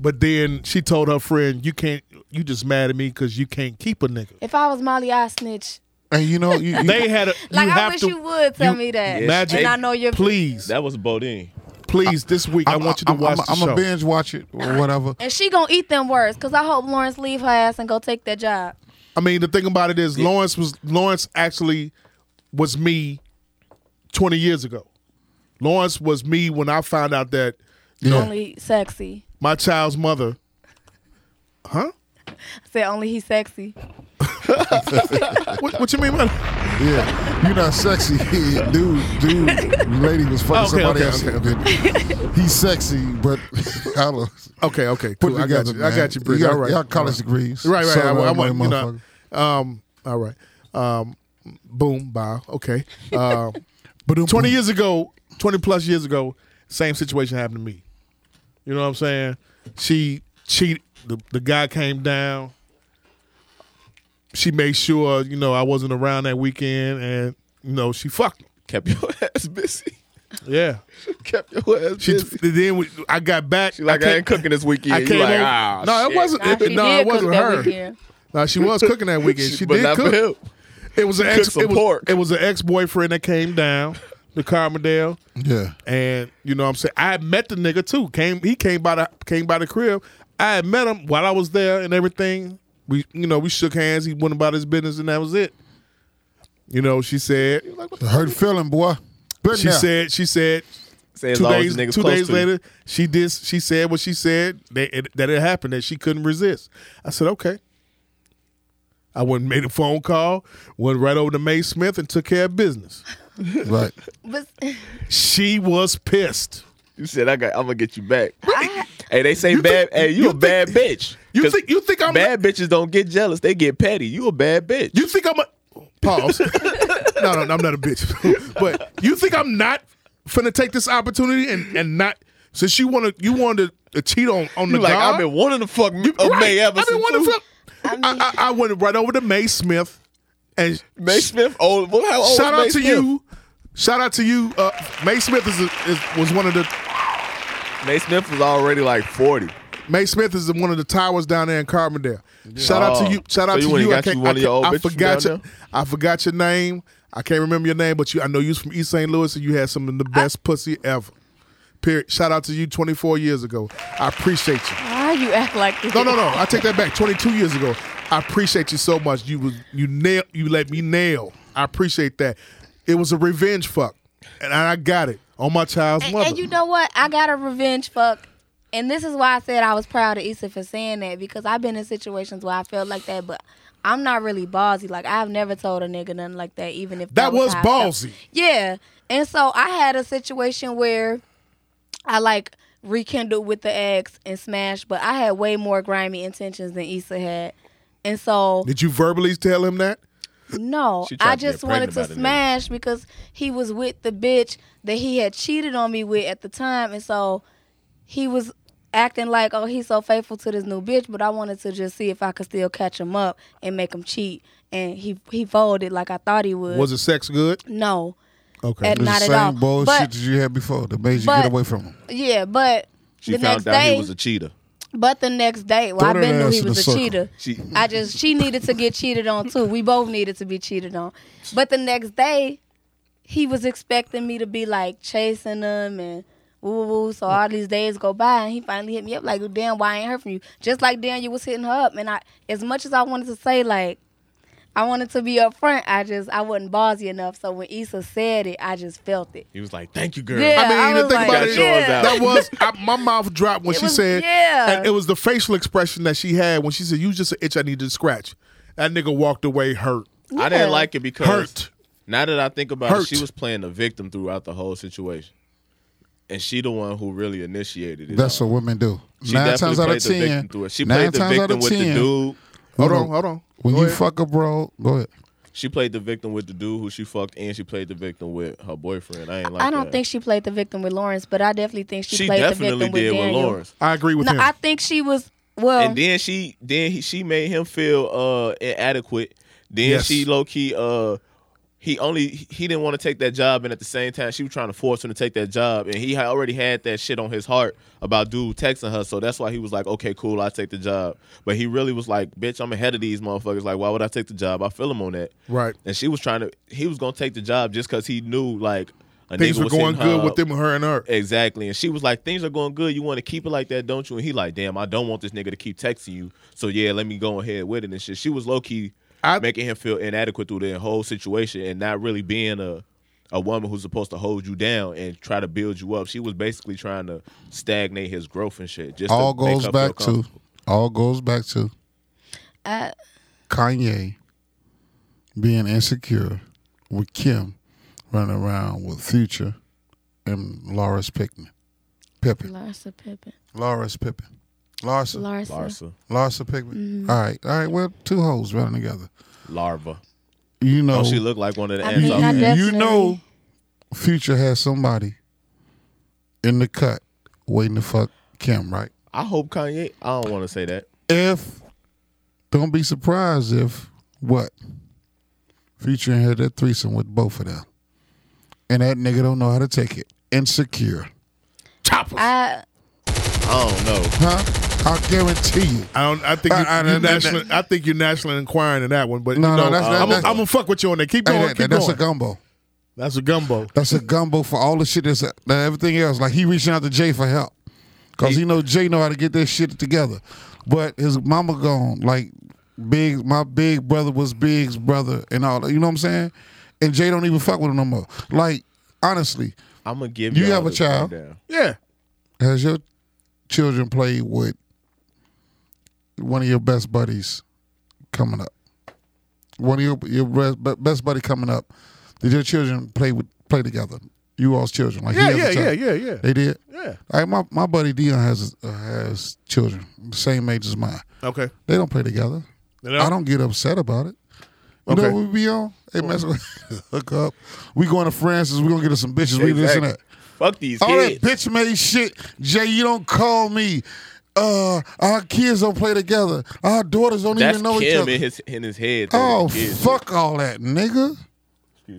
E: But then she told her friend, "You can't. You just mad at me because you can't keep a nigga."
F: If I was Molly, I snitch.
D: And you know, you, you-
E: They had a.
F: Like
E: you
F: I
E: have
F: wish
E: to,
F: you would tell me that.
E: Magic.
F: and I know you're
E: Please,
H: That was Bodine.
E: please, this week I, want you to
D: I'm,
E: watch
D: I'm,
E: the
D: I'm
E: show.
D: a binge watch it or whatever.
F: And she gonna eat them words, cause I hope Lawrence leave her ass and go take that job.
E: I mean, the thing about it is, Lawrence was Lawrence actually was me twenty years ago. Lawrence was me when I found out that
F: Only sexy.
E: my child's mother.
F: I said only he's sexy.
E: What, what you mean by that?
D: Yeah, you not sexy, dude. Dude, lady was fucking
E: Okay, okay,
D: somebody else.
E: okay,
D: He's sexy, but I don't.
E: Okay, okay,
D: Put
E: cool.
D: it
E: I got
D: together,
E: you. I got you, Britt.
D: got-
E: all right,
D: Y'all college degrees,
E: Right, right.
D: Sorry,
E: I, I
D: I'm
E: want
D: a
E: you know.
D: motherfucker.
E: Um, all right. Um, boom, bye. Okay. Uh,
D: Ba-doom,
E: twenty
D: boom.
E: years ago, twenty plus years ago, same situation happened to me. You know what I'm saying? She cheated. The the guy came down. She made sure you know I wasn't around that weekend, and you know she fucked him.
H: kept your ass busy.
E: Yeah.
H: kept your ass
E: She,
H: busy.
E: then we, I got back.
H: She like, I,
E: came-
H: ain't cooking this weekend.
E: I
H: You
E: came
H: like,
E: over-
H: ah,
E: no, it
H: shit.
E: wasn't.
F: Nah,
E: it-
F: she
E: no,
F: did
E: it wasn't
F: cook that
E: her.
F: weekend.
E: No, she was cooking that weekend. She
H: but
E: did
H: not for
E: cook.
H: him.
E: It was an
H: Cook
E: ex.
H: some
E: It was,
H: pork.
E: it was an ex boyfriend that came down to Carmondale,
D: Yeah.
E: and you know what I'm saying I had met the nigga too. Came he came by the came by the crib. I had met him while I was there and everything. We you know we shook hands. He went about his business and that was it. You know she said
D: The hurt feeling, boy. Been
E: she
D: there.
E: said she said
H: Say as
E: two
H: long as
E: days,
H: the niggas
E: two
H: close
E: days
H: to you.
E: later, she did. She said what she said that it, that it happened that she couldn't resist. I said okay. I went and made a phone call, went right over to Mae Smith and took care of business.
D: Right.
F: But
E: She was pissed.
H: You said I got. I'm gonna get you back. hey, they say bad. hey, you, a bad bitch.
E: You
H: 'Cause
E: think you think I'm
H: bad bitches don't get jealous. They get petty. You a bad bitch.
E: You think I'm a pause? no, no, no, I'm not a bitch. but you think I'm not finna take this opportunity and and not since you wanna you wanted to cheat on on
H: You
E: the
H: like
E: guard?
H: I've been wanting to fuck a
E: Right.
H: May ever
E: I've been
H: since-
E: wanting to fuck. I,
F: mean-
E: I, I went right over to May Smith and
H: May Smith. Old. Well, how old?
E: shout
H: is
E: out
H: May
E: to
H: Smith?
E: you. Shout out to you. Uh, May Smith is, a, is was one of the
H: May Smith was already like 40.
E: May Smith is in one of the towers down there in Carbondale. Shout out
H: Oh.
E: to you. Shout out
H: So you
E: to
H: went
E: you.
H: and
E: I
H: got you
E: can't-
H: one
E: I
H: of your
E: can't-
H: old
E: I
H: bitches
E: forgot
H: down
E: your.
H: there?
E: I forgot your name. I can't remember your name, but you. I know you was from East St. Louis, and you had some of the best pussy ever. Period. Shout out to you. Twenty four years ago, I appreciate you.
F: why you act like this?
E: No, no, no. I take that back. Twenty two years ago, I appreciate you so much. You was you nail. You let me nail. I appreciate that. It was a revenge fuck, and I got it on my child's
F: And,
E: mother.
F: and you know what? I got a revenge fuck. And this is why I said I was proud of Issa for saying that because I've been in situations where I felt like that, but I'm not really ballsy. Like I've never told a nigga nothing like that, even if
E: that was
F: how I felt.
E: ballsy.
F: Yeah. And so I had a situation where I like rekindled with the ex and smashed, but I had way more grimy intentions than Issa had. And so
E: Did you verbally tell him that?
F: no,
H: She tried
F: I
H: to get
F: just wanted to
H: pregnant by the nigga.
F: smash because he was with the bitch that he had cheated on me with at the time, and so he was acting like, oh, he's so faithful to this new bitch, but I wanted to just see if I could still catch him up and make him cheat, and he he folded like I thought he would.
E: Was it sex good?
F: no,
E: Okay.
F: At
D: It's
F: Not
D: the
F: at
D: same
F: all.
D: bullshit
F: But-
D: that you had before that made you
F: but-
D: get away from him.
F: yeah, but
H: She
F: the next
H: found out
F: day,
H: he was a cheater.
F: but the next day, well,
D: Throw
F: I
D: that
F: been knew
D: ass
F: he
D: in
F: was
D: the
F: a
D: circle.
F: cheater.
H: She,
F: I just she needed to get cheated on too. We both needed to be cheated on. But the next day, he was expecting me to be like chasing him and woo woo. So all these days go by, and he finally hit me up like, "Damn, why I ain't heard from you?" Just like Daniel was hitting her up, and I, as much as I wanted to say like, I wanted to be upfront, I just I wasn't ballsy enough. So when Issa said it, I just felt it.
H: he was like, "Thank you, girl."
F: Yeah,
E: I mean,
F: I
E: the
F: was
E: thing
F: like,
E: about it,
H: Got yours
F: yeah.
H: out.
E: that was I, my mouth dropped when
F: It
E: she
F: was-
E: said,
F: yeah.
E: and it was the facial expression that she had when she said, "You just an itch I need to scratch." That nigga walked away hurt.
H: I
F: Yeah.
H: didn't like it because
E: Hurt.
H: now that I think about
E: Hurt.
H: it, she was playing the victim throughout the whole situation, and she the one who really initiated it.
D: That's
H: all.
D: what women do.
H: She
D: nine
H: definitely
D: times out of
H: played the victim
D: ten.
H: through it. She
D: nine
H: played the
D: times out
H: victim
D: of
H: with
D: 10,
H: the dude.
E: Hold on, hold on.
D: When
E: Go
D: you
E: ahead.
D: fuck a bro, go ahead.
H: She played the victim with the dude who she fucked, and she played the victim with her boyfriend. I ain't like.
F: I don't
H: that.
F: think she played the victim with Lawrence, but I definitely think she,
H: she
F: played the
H: definitely
F: victim with
H: did with,
F: Daniel.
H: Lawrence.
E: I agree with
F: No,
E: him.
F: I think she was well.
H: and then she then he, she made him feel uh inadequate. Then
E: Yes.
H: she low key uh he only he didn't want to take that job, and at the same time she was trying to force him to take that job, and he had already had that shit on his heart about dude texting her, so that's why he was like, okay, cool, I will take the job. But he really was like, bitch, I'm ahead of these motherfuckers. Like, why would I take the job? I feel him on that.
E: Right.
H: And she was trying to he was gonna take the job just because he knew like a
E: Things
H: nigga
E: were
H: was
E: going
H: hitting her
E: good with
H: up.
E: them, her and her.
H: Exactly. And she was like, things are going good. You want to keep it like that, don't you? And he like, damn, I don't want this nigga to keep texting you. So yeah, let me go ahead with it and shit. She was low key
E: I-
H: making him feel inadequate through the whole situation and not really being a a woman who's supposed to hold you down and try to build you up. She was basically trying to stagnate his growth and shit. Just to
D: All
H: make
D: goes
H: her feel
D: back to
H: comfortable.
D: all goes back to
F: Uh,
D: Kanye being insecure with Kim running around with Future and Lawrence Pickman. Pippen.
F: Larsa Pippen.
D: Lawrence Pippen. Larsa.
F: Larsa.
H: Larsa.
D: Larsa
F: Mm-hmm.
D: Pickman. All right. All right. Well, two hoes running together.
H: Larva.
D: You know
H: Don't she look like one of the
F: I
H: ants
F: mean,
H: out
F: I
H: there?
F: definitely-
D: you know Future has somebody in the cut waiting to fuck Kim, right?
H: I hope Kanye I don't want to say that.
D: If don't be surprised if what Future had that threesome with both of them. and that nigga don't know how to take it. Insecure. Choppers.
F: I,
H: I don't know.
D: Huh? I guarantee you.
E: I don't. I think you,
D: I- I-
E: you
D: that- that-
E: national. I think you're national inquiring in that one. But
D: No,
E: you
D: no,
E: know,
D: that's- that-
E: I'm
D: that's-
E: gonna fuck with you on that. Keep going.
D: Hey,
E: keep
D: that- that's
E: going.
D: a gumbo.
E: that's a gumbo.
D: That's a gumbo for all the shit that's that everything else. Like he reaching out to Jay for help. Cause he know Jay know how to get that shit together. But his mama gone. Like big my big brother was Big's brother and all that. You know what I'm saying? And Jay don't even fuck with him no more. Like, honestly,
H: I'm gonna give
D: You
H: y'all
D: have a
H: this
D: child.
H: rundown.
E: Yeah.
D: has your children played with one of your best buddies coming up? One of your your best- be- best buddy coming up. Did your children play with play together? You all's children, like he
E: Yeah,
D: has a
E: yeah,
D: child.
E: yeah, yeah, yeah.
D: They did.
E: Yeah.
D: All right, my my buddy Dion has uh, has children the same age as mine.
E: Okay.
D: They don't play together.
E: They don't?
D: I don't get upset about it. You
E: Okay.
D: know what we be on? Hey, man, hook up. We going to Francis. We gonna get us some bitches. We this and that.
H: Fuck these
D: All that
H: kids.
D: bitch made shit. Jay, you don't call me. Uh, our kids don't play together. Our daughters don't
H: That's
D: even know each
H: Kim
D: other.
H: in his in his head.
D: Oh
H: Kids.
D: fuck all that, nigga.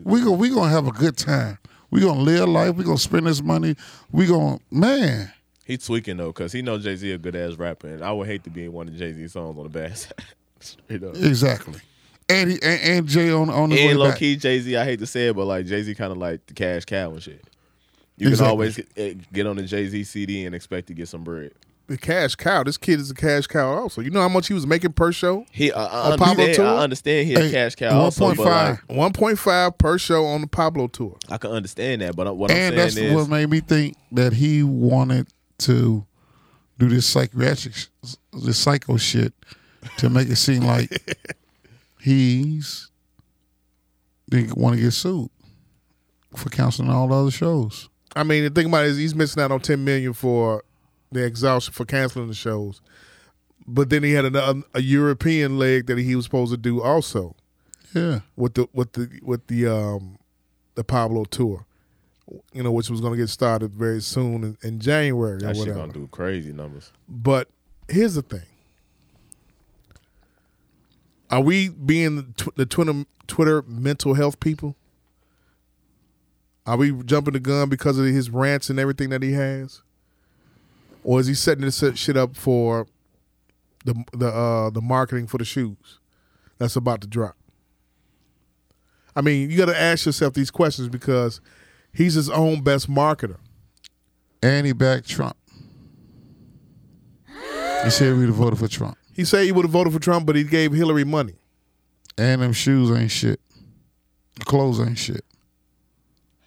D: We go, we gonna have a good time. We gonna live life. We gonna spend this money. We gonna man.
H: He tweaking though, cause he know Jay Z a good ass rapper, and I would hate to be in one of Jay Z songs on the bad side. Straight up.
D: Exactly. And he, and, and Jay on on his
H: And
D: way
H: low
D: back.
H: key, Jay Z, I hate to say it, but like Jay Z kind of like the cash cow and shit. You
D: Exactly.
H: can always get, eh, get on the Jay Z CD and expect to get some bread.
E: The cash cow. This kid is a cash cow. Also, you know how much he was making per show?
H: He, I, I
E: On Pablo
H: understand.
E: Tour?
H: I understand he a
D: Hey,
H: cash cow.
D: and
H: Also, but
D: 1.5.
H: like,
E: One point five per show on the Pablo tour.
H: I can understand that. But uh, what
D: And
H: I'm
D: that's
H: saying
D: what
H: is,
D: made me think that he wanted to do this psychiatric, sh- this psycho shit, to make it seem like he's didn't want to get sued for canceling all the other shows.
E: I mean, the thing about it is he's missing out on ten million for the exhaustion for canceling the shows. But then he had another a European leg that he was supposed to do also
D: Yeah,
E: with the with the with the um the Pablo tour, you know, which was going to get started very soon in, in January or
H: that shit
E: whatever.
H: gonna do crazy numbers.
E: But here's the thing: Are we being the, tw- the Twitter Twitter mental health people? Are we jumping the gun because of his rants and everything that he has, or is he setting this shit up for the the uh, the marketing for the shoes that's about to drop? I mean, you got to ask yourself these questions because he's his own best marketer.
D: and he backed Trump. He said we'd have voted for Trump,
E: He said he would have voted for Trump, but he gave Hillary money.
D: and them shoes ain't shit. The clothes ain't shit.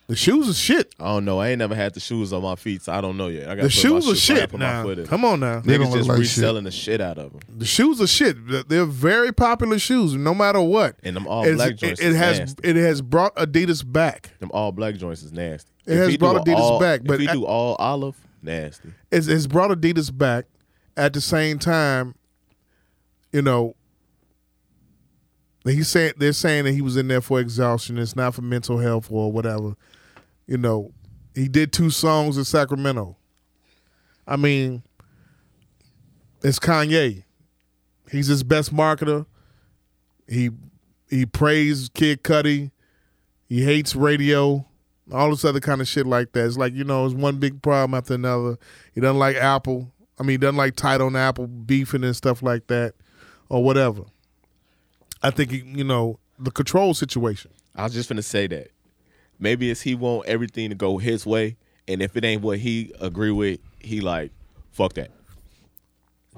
E: The shoes are shit.
H: I don't know. I ain't never had the shoes on my feet, so I don't know yet. I got
E: The shoes are shit now. Come on now.
D: They don't
H: Niggas
D: look
H: just
D: like shit.
H: reselling the shit out of them.
E: The shoes are shit. Th- They're very popular shoes, no matter what.
H: And them all
E: It's-
H: black
E: it-
H: joints
E: It,
H: is
E: has
H: nasty.
E: it has brought Adidas back.
H: Them all black joints is nasty.
E: It has
H: he do
E: brought Adidas
H: all-
E: back, but
H: if he
E: I-
H: do all olive, nasty.
E: It's, it's brought Adidas back. At the same time, you know, he said they're saying that he was in there for exhaustion. It's not for mental health or whatever. You know, he did two songs in Sacramento. I mean, it's Kanye. He's his best marketer. He he praised Kid Cudi. He hates radio. All this other kind of shit like that. It's like you know, it's one big problem after another. He doesn't like Apple. I mean, he doesn't like title and Apple beefing and stuff like that, or whatever. I think he- you know the control situation.
H: I was just gonna say that. Maybe it's he want everything to go his way, and if it ain't what he agree with, he like fuck that.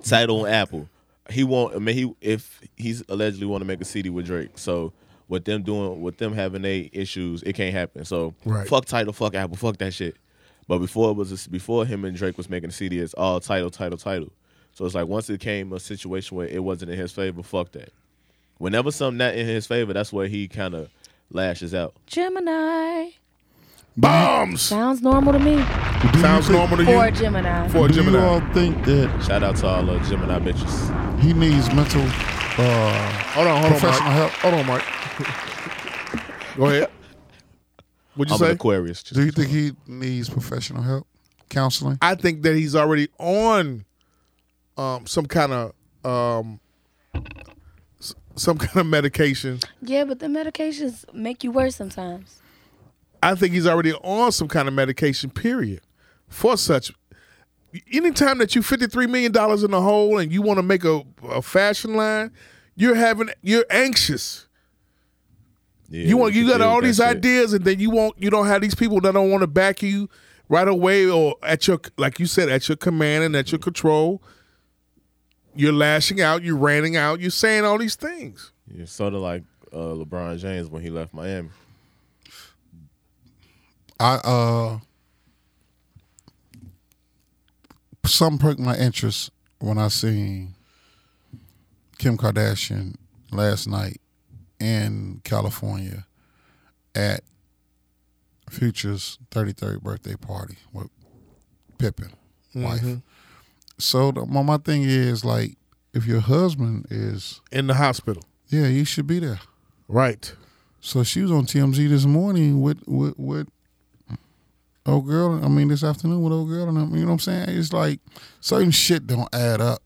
H: Title on Apple. He want. I mean, he if he's allegedly want to make a CD with Drake, so with them doing with them having they issues, it can't happen. So
E: Right.
H: fuck title, fuck Apple, fuck that shit. But before it was before him and Drake was making a CD, it's all title, title, title. So it's like once it came a situation where it wasn't in his favor, fuck that. Whenever something not in his favor, that's where he kind of lashes out.
F: Gemini.
E: Bombs
F: Sounds normal to me.
E: sounds normal to
F: For a
E: you
F: Gemini.
E: for a
D: Do you
E: Gemini.
D: all think that
H: Shout out to all uh, Gemini bitches.
D: he needs mental? Uh,
E: Hold on, hold on, Mike.
D: Professional help.
E: Hold on, Mike. Go ahead. What'd you
H: I'm an
E: say?
H: Aquarius.
D: do you think he needs professional help, counseling?
E: I think that he's already on um, some kind of um, s- some kind of medication.
F: Yeah, but the medications make you worse sometimes.
E: I think he's already on some kind of medication, period, for such. Anytime that you $53 million in the hole and you want to make a, a fashion line, you're having, you're anxious. you want you got all these ideas, and then you want you don't have these people that don't want to back you right away or at your like you said at your command and at your control. You're lashing out, you're ranting out, you're saying all these things.
H: You're sort of like uh, LeBron James when he left Miami.
D: I uh some perked my interest when I seen Kim Kardashian last night in California at Future's 33rd birthday party with Pippin, wife.
E: Mhm.
D: So the, my, my thing is like if your husband is
E: In the hospital,
D: yeah, you should be there.
E: right?
D: So she was on TMZ this morning with with with old girl. I mean, this afternoon with old girl, and I mean, you know what I'm saying? It's like certain shit don't add up.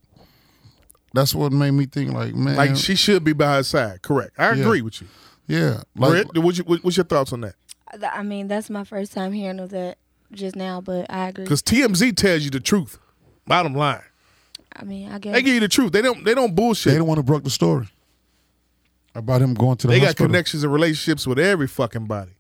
D: That's what made me think, like, man,
E: Like she should be by his side. Correct. I
D: Yeah.
E: agree with you.
D: yeah, like,
E: Brett, what's, your, what's your thoughts on that?
F: Th- I mean, that's my first time hearing of that just now, but I agree.
E: Because TMZ tells you the truth. Bottom line,
F: I mean, I guess.
E: they give you the truth. They don't. They don't bullshit.
D: they don't want to broke the story about him going to the
E: they got
D: hospital.
E: connections and relationships with every fucking body.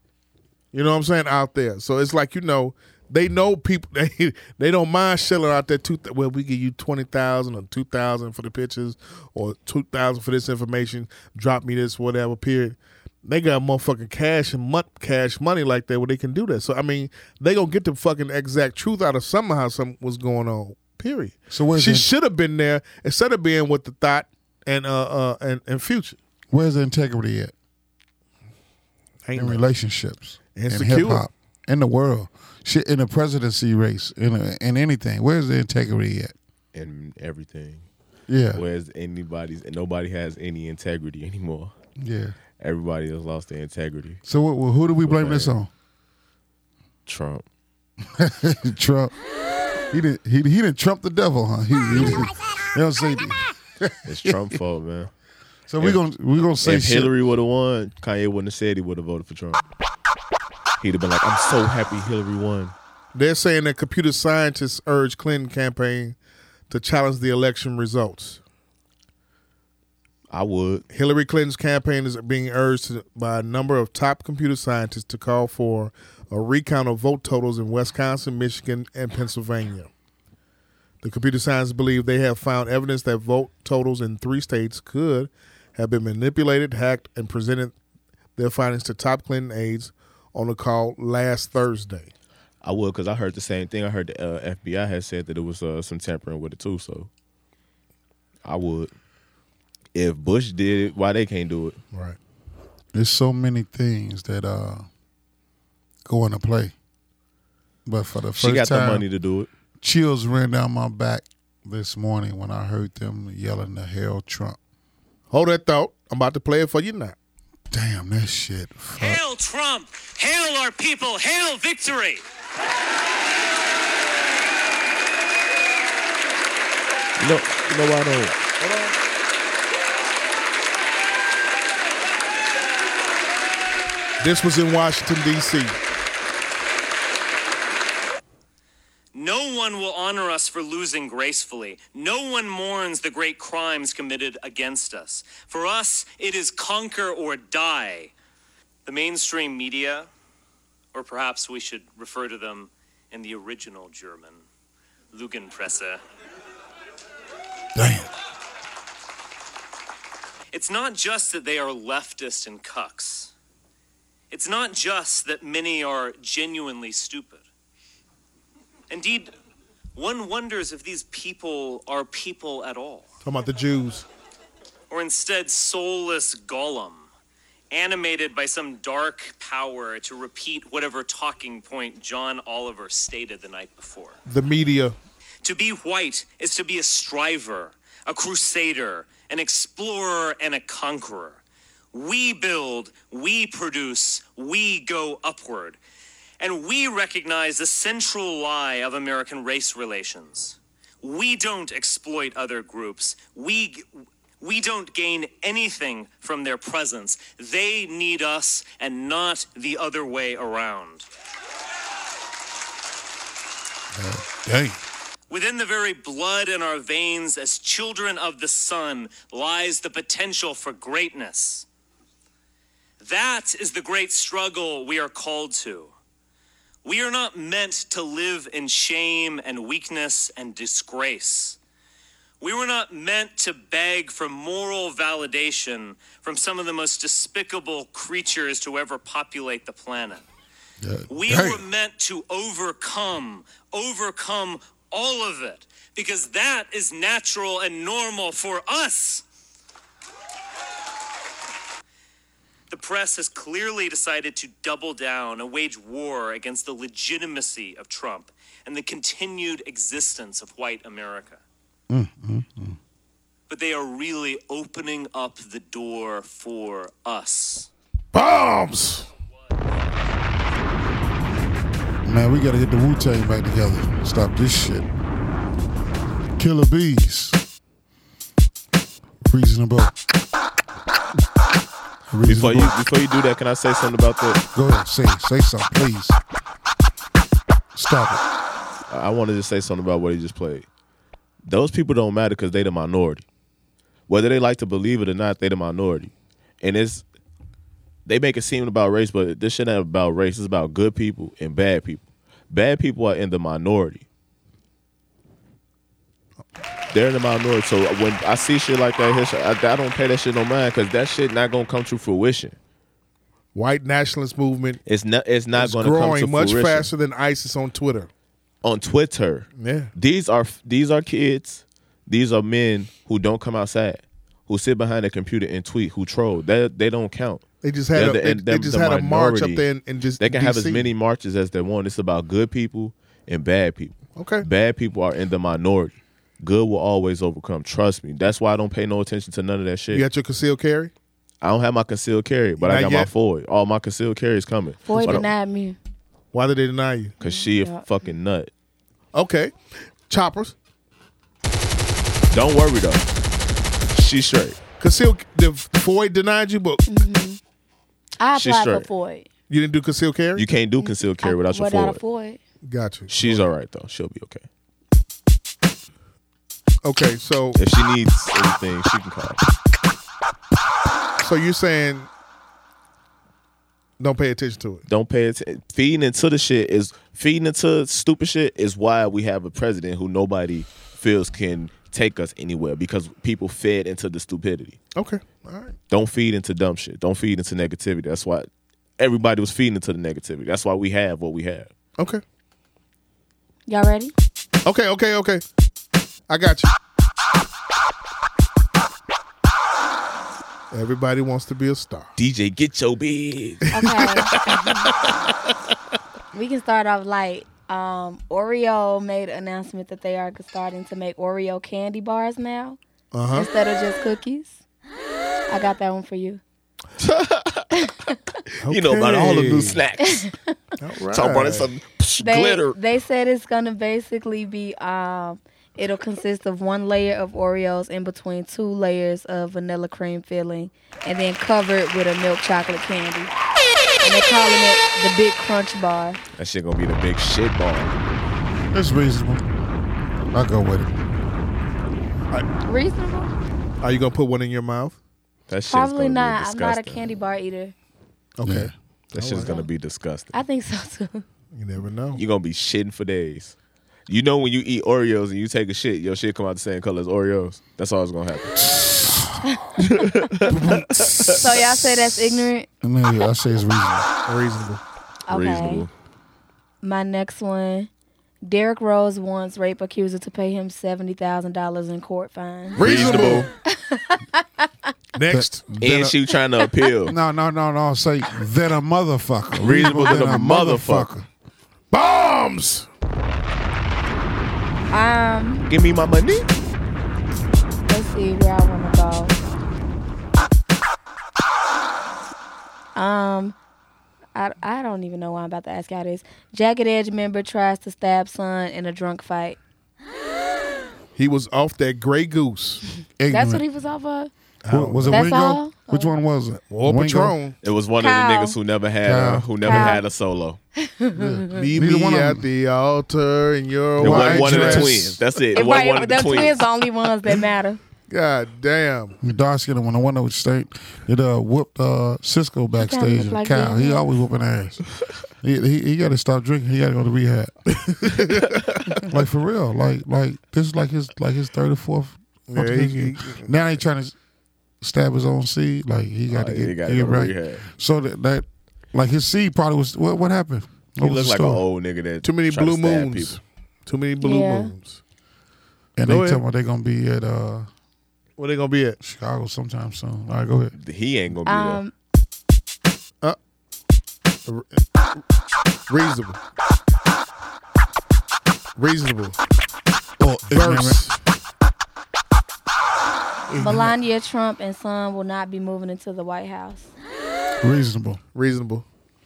E: You know what I'm saying out there. So it's like you know they know people. They they don't mind shelling out that two. Well, we give you twenty thousand or two thousand for the pictures or two thousand for this information. Drop me this whatever. Period. They got motherfucking cash and mon- cash money like that where they can do that. So I mean, they gonna get the fucking exact truth out of somehow some what's going on. Period.
D: So where's
E: she
D: the-
E: should have been there instead of being with the thought and uh, uh and, and future.
D: Where's the integrity at
E: Ain't
D: in
E: no-
D: relationships, in
E: Insecure.
D: hip hop, in the world, shit, in the presidency race, in a, in anything? Where's the integrity at?
H: and everything.
D: Yeah,
H: Whereas anybody's and nobody has any integrity anymore.
D: yeah.
H: Everybody has lost their integrity.
D: So what, what, who do we blame this on?
H: Trump.
D: Trump. He did. He he didn't Trump the devil, huh? He, he did, you know what I'm saying?
H: It's Trump fault, man.
D: So we gonna we gonna say
H: if
D: shit.
H: Hillary would have won, Kanye wouldn't have said he would have voted for Trump. He'd have been like, I'm so happy Hillary won.
E: They're saying that computer scientists urge Clinton campaign to challenge the election results.
H: I would.
E: Hillary Clinton's campaign is being urged to- by a number of top computer scientists to call for a recount of vote totals in Wisconsin, Michigan, and Pennsylvania. The computer scientists believe they have found evidence that vote totals in three states could have been manipulated, hacked, and presented their findings to top Clinton aides on a call last Thursday.
H: I would because I heard the same thing. I heard the uh, FBI had said that it was uh, some tampering with it too. So I would. If Bush did it, why they can't do it?
E: Right.
D: There's so many things that uh go into play, but for the first
H: she got
D: time,
H: the money to do it.
D: chills ran down my back this morning when I heard them yelling the hell Trump.
E: Hold that thought. I'm about to play it for you now.
D: Damn, that shit. Fuck.
L: Hail Trump! Hail our people! Hail victory!
H: You know, you know why I don't.
E: This was in Washington, D.C.
L: No one will honor us for losing gracefully. No one mourns the great crimes committed against us. For us, it is conquer or die. The mainstream media, or perhaps we should refer to them in the original German, Lugenpresse,
D: Damn.
L: It's not just that they are leftist and cucks. It's not just that many are genuinely stupid. Indeed, one wonders if these people are people at all,
E: Talking about the Jews.
L: or instead soulless golem, animated by some dark power to repeat whatever talking point John Oliver stated the night before.
E: The media.
L: To be white is to be a striver, a crusader, an explorer, and a conqueror. We build, we produce, we go upward. And we recognize the central lie of American race relations. We don't exploit other groups. We, We don't gain anything from their presence. They need us and not the other way around.
D: Dang.
L: Within the very blood in our veins, as children of the sun, lies the potential for greatness. That is the great struggle we are called to. We are not meant to live in shame and weakness and disgrace. We were not meant to beg for moral validation from some of the most despicable creatures to ever populate the planet. We were meant to overcome, overcome all of it, because that is natural and normal for us. The press has clearly decided to double down and wage war against the legitimacy of Trump and the continued existence of white America. But they are really opening up the door for us.
E: Bombs.
D: Man, we gotta get the Wu Tang back together. Stop this shit. Killer bees. Reasonable.
H: Before you before you do that, can I say something about this?
D: Go ahead, say say something, please. Stop it.
H: I wanted to say something about what he just played. Those people don't matter because they the minority. Whether they like to believe it or not, they the minority. And it's they make it seem about race, but this shit ain't about race. It's about good people and bad people. Bad people are in the minority. They're in the minority. So when I see shit like that, his- I, I don't pay that shit no mind because that shit not gonna come to fruition.
E: White nationalist movement
H: It's not. It's not
E: is
H: gonna come to
E: growing much
H: fruition.
E: faster than ISIS on Twitter.
H: on Twitter.
E: Yeah.
H: These are these are kids. These are men who don't come outside, who sit behind a computer and tweet, who troll. They they don't count.
E: They just had
H: They're
E: a- they-
H: and
E: they
H: they're
E: just had a march up
H: minority.
E: there in- in just
H: they can have as
E: DC.
H: many marches as they want. It's about good people and bad people.
E: Okay.
H: Bad people are in the minority. Good will always overcome. Trust me. That's why I don't pay no attention to none of that shit.
E: You got your concealed carry?
H: I don't have my concealed carry, but I
E: Not
H: got my
E: yet.
H: Floyd. All my concealed carry is coming.
F: Boy
H: But I don't-
F: denied me.
E: Why did they deny you?
H: Cause she
F: Yeah.
H: a fucking nut.
E: Okay. Choppers.
H: Don't worry though. She straight.
E: Concealed the Floyd denied you, but
F: Mm-hmm. I
H: She
F: applied for
H: straight.
F: Floyd.
E: you didn't do concealed carry?
H: You can't do concealed carry without your
F: Without
H: Floyd.
F: a Floyd.
E: Got you.
H: She's all right though. She'll be okay.
E: Okay, so
H: If she needs anything, she can call.
E: so you're saying don't pay attention to it.
H: Don't pay attention. Feeding into the shit is feeding into stupid shit is why we have a president who nobody feels can take us anywhere because people fed into the stupidity.
E: Okay. All right.
H: Don't feed into dumb shit. Don't feed into negativity. That's why everybody was feeding into the negativity. That's why we have what we have.
E: Okay.
F: Y'all ready?
E: Okay, okay, okay. I got you. Everybody wants to be a star.
H: DJ, get your big.
F: Okay. we can start off light. Um, Oreo made an announcement that they are starting to make Oreo candy bars now
E: Uh-huh.
F: instead of just cookies. I got that one for you.
H: You know about all the new
E: Okay.
H: snacks.
E: All right.
H: Talk about it, some psh,
F: They
H: glitter.
F: they said it's gonna basically be um, it'll consist of one layer of Oreos in between two layers of vanilla cream filling, and then covered with a milk chocolate candy. And they're calling it the Big Crunch Bar.
H: That shit gonna be the big shit ball.
D: It's reasonable. I go with it.
F: Reasonable?
E: Are you gonna put one in your mouth?
H: That shit's
F: Probably
H: gonna be
F: not. I'm not a
H: disgusting.
F: candy bar eater.
E: Okay.
D: Yeah.
H: That shit's gonna be disgusting.
F: I think so too.
E: You never know.
H: you're gonna be shitting for days. You know when you eat Oreos and you take a shit, your shit come out the same color as Oreos. That's always gonna happen.
F: So y'all say that's ignorant?
D: And then I say it's reasonable.
E: Reasonable.
F: Okay.
H: Reasonable.
F: My next one. Derrick Rose wants rape accuser to pay him seventy thousand dollars in court fine.
E: Reasonable. Next.
H: And she trying to appeal.
D: No, no, no, no. Say that a motherfucker.
H: Reasonable than a motherfucker.
E: Bombs.
F: Um,
H: Give me my money.
F: let's see where I wanna go. Um, I I don't even know why I'm about to ask y'all this. Jagged Edge member tries to stab son in a drunk fight.
E: He was off that Grey Goose.
F: That's what he was off of.
E: Wha- was it
F: That's
E: Wingo?
F: all?
D: Which one was it?
E: Or
D: Wingo?
E: Patron.
H: It was one
F: Kyle.
H: of the niggas who never had
E: Kyle.
H: a, who never
F: Kyle.
H: had a solo.
E: Meet
D: Neither
E: me
D: one of
E: at the altar in your
H: It
E: white
H: wasn't one
E: dress.
H: of the twins. That's it. It
F: right,
H: wasn't one of the,
F: the
H: twins.
F: twins the only ones that matter.
E: God damn.
D: Dark skinned one, the one that was state that uh, whooped uh, Cisco
F: kinda
D: backstage
F: look
D: and
F: like
D: Kyle. He
F: Vietnam.
D: always whooping ass. he, he, he got to stop drinking. He got to go to rehab. like for real. Like like this is like his like his thirty fourth.
E: Yeah, he- he-
D: now he trying to stab his own seed. Like he got to
H: Oh,
D: get,
H: he
D: get
H: gotta go to
D: right.
H: rehab.
D: So that, that like his seed probably was what what happened.
H: He
D: What was
H: looked
D: the
H: like an
D: story?
H: old nigga that
E: Too many
H: tried to
E: blue
H: stab
E: moons.
H: people.
E: Too many blue
F: Yeah.
E: moons.
D: And
E: Go
D: they
E: ahead.
D: tell me they're gonna be at uh,
E: Where they gonna be at?
D: Chicago sometime soon. All right, go ahead.
H: He ain't gonna be
F: Um,
E: Reasonable. Reasonable.
D: Oh,
E: Verse.
F: Melania Trump and son will not be moving into the White House.
D: reasonable.
E: Reasonable.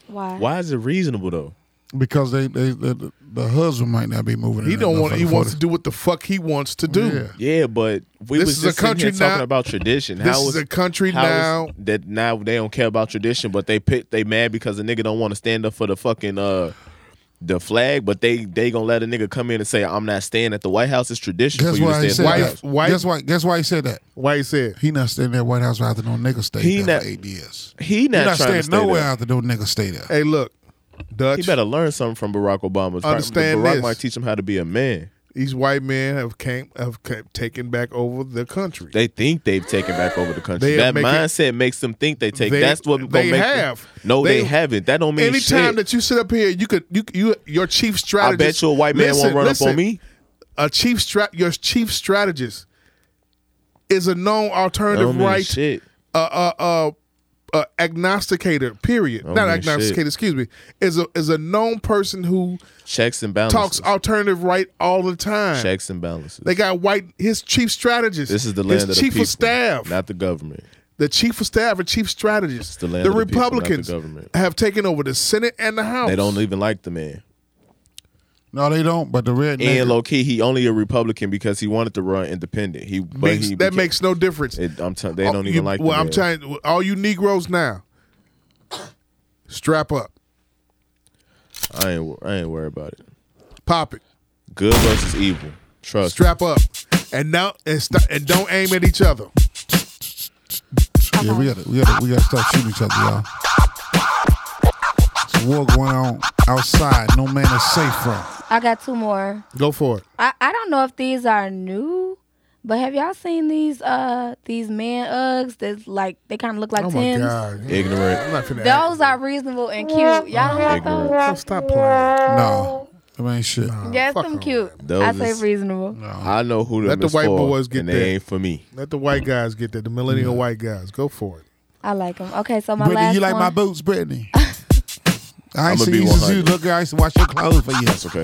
F: Why?
H: there. Why is it reasonable though?
D: because they, they, the the husband might not be moving.
E: He
D: in
E: don't
D: that
E: want. He
D: motherfucker
E: wants to
D: for
E: do what the fuck he wants to do.
D: Yeah.
H: Yeah, but we
E: This
H: was
E: is
H: just
E: a
H: sitting here
E: country
H: talking
E: now-
H: about tradition.
E: This
H: How
E: is a country
H: how is
E: now-
H: that now they don't care about tradition, but they pit they mad because a nigga don't want to stand up for the fucking uh the flag, but they they gonna let a nigga come in and say I'm not staying at the White House. It's tradition
D: Guess
H: for you
D: why he
H: to
D: said
H: stay at the White
D: that.
E: White-
H: House.
D: Guess why? Guess why he said that?
E: Why he said?
D: He not staying at White House after no nigga stayed
H: He
D: there
H: not-
D: for eight years.
H: He
D: He
H: not, trying
D: not staying
H: to stay
D: nowhere
H: there.
D: after no nigga stay there.
E: Hey, look, Dutch.
H: He better learn something from Barack Obama.
E: Understand
H: Barack
E: this.
H: might teach him how to be a man.
E: These white men have came have came, taken back over the country.
H: They think they've taken back over the country.
E: They are
H: that
E: making-
H: mindset makes them think they take.
E: They-
H: that's what gonna
E: they
H: make them-
E: have.
H: no, they,
E: They-
H: haven't. That don't mean
E: Anytime
H: shit.
E: that you sit up here, you could you you your chief
H: I
E: strategist.
H: bet you a white man
E: Listen,
H: won't run
E: listen.
H: up on me.
E: A chief strat your chief strategist is a known
H: That don't
E: alternative
H: mean
E: right
H: shit.
E: uh uh uh uh, agnosticator, period.
H: Don't
E: Not
H: mean shit.
E: agnosticator, excuse me. Is a is a known person who
H: Checks and balances.
E: talks alternative right all the time.
H: Checks and balances.
E: They got white his chief strategist.
H: this is the land
E: his
H: of the
E: chief
H: people,
E: of staff.
H: not the government.
E: the chief of staff and chief strategist.
H: the land of the people, not the
E: Republicans
H: government.
E: have taken over the Senate and the House.
H: They don't even like the man.
D: No, they don't. But the red
H: And
D: nigga,
H: low key, he only a Republican because he wanted to run independent. He, but
E: Makes-
H: he
E: that
H: became-
E: makes no difference.
H: It, I'm telling. They
E: All-
H: don't even
E: you-
H: like.
E: Well,
H: the
E: I'm
H: man.
E: trying. All you Negroes now, strap up,
H: I ain't. wor- I ain't worried about it.
E: pop it,
H: Good versus evil. Trust.
E: strap up, and now and, st- and don't aim at each other.
D: yeah, we got to we got to we got to start shooting each other, y'all. It's a war going on outside. No man is safe from.
F: I got two more.
E: Go for it.
F: I, I don't know if these are new, but have y'all seen these uh these man Uggs that's like they kind of look like
E: Oh my
F: Tim's?
E: god, I'm
H: Ignorant.
E: not finna. act.
F: Those are reasonable and cute. Y'all don't like
H: Ignorant.
F: those?
E: Oh, Stop playing.
D: No, that ain't shit.
F: Yes,
E: fuck
F: them
E: them.
F: cute.
H: Those
F: I say
H: is-
F: reasonable.
H: I know who them
E: Let the
H: is
E: white
H: for,
E: boys get
H: and
E: that.
H: they ain't for me.
E: Let the white guys get that. The millennial white guys. Go for it.
F: I like them. Okay, so my
D: Brittany,
F: last
D: you like
F: one.
D: my boots, Brittany? I ain't
H: I'ma
D: seen
H: be
D: you since you
H: 100.
D: look. I used to wash your clothes for years.
H: That's okay.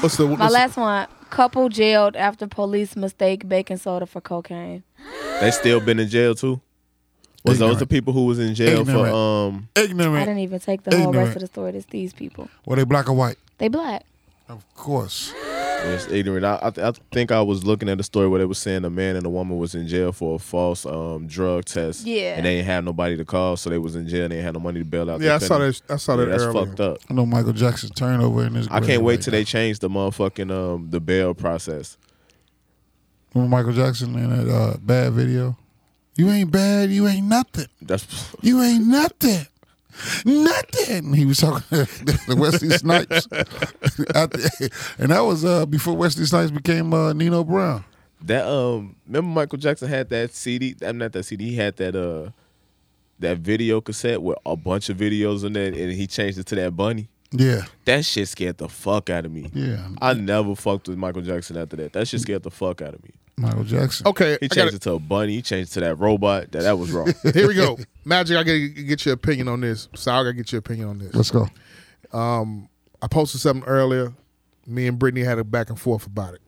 E: What's the
F: my
E: what's-
F: last one. Couple jailed after police mistake baking soda for cocaine.
H: They still been in jail too. Was those
D: Ignorant.
H: the people who was in jail
D: Ignorant.
H: for um?
F: I
D: Ignorant.
F: didn't even take the whole rest
D: Ignorant.
F: of the story. It's these people.
D: Were they black or white?
F: They black.
D: Of course.
H: It's ignorant. I, I, th- I think I was looking at a story where they were saying a man and a woman was in jail for a false um drug test.
F: Yeah.
H: And they ain't have nobody to call, so they was in jail. and They ain't had no money to bail out.
E: Yeah, I
H: They
E: saw
H: couldn't-
E: that. I saw that
H: Yeah, that's
E: earlier.
H: fucked up.
D: I know Michael Jackson turnover in this.
H: I can't wait till
D: they.
H: they change the motherfucking um the bail process.
D: Remember Michael Jackson in that uh, bad video? You ain't bad. You ain't nothing.
H: That's
D: You ain't nothing. Nothing. He was talking to Wesley Snipes, Out there. and that was uh, before Wesley Snipes became uh, Nino Brown.
H: that um. Remember Michael Jackson had that CD. I'm not that CD. He had that uh that video cassette with a bunch of videos on that, and he changed it to that bunny.
D: Yeah,
H: That shit scared the fuck out of me.
D: Yeah.
H: I never fucked with Michael Jackson after that. That shit scared the fuck out of me.
D: Michael Jackson.
E: Okay,
H: He
E: I gotta-
H: changed it to a bunny. He changed it to that robot. That that was wrong.
E: Here we go. Magic, I gotta get your opinion on this. Sal, I gotta get your opinion on this. Um,
D: Let's go.
E: I posted something earlier. Me and Brittany had a back and forth about it.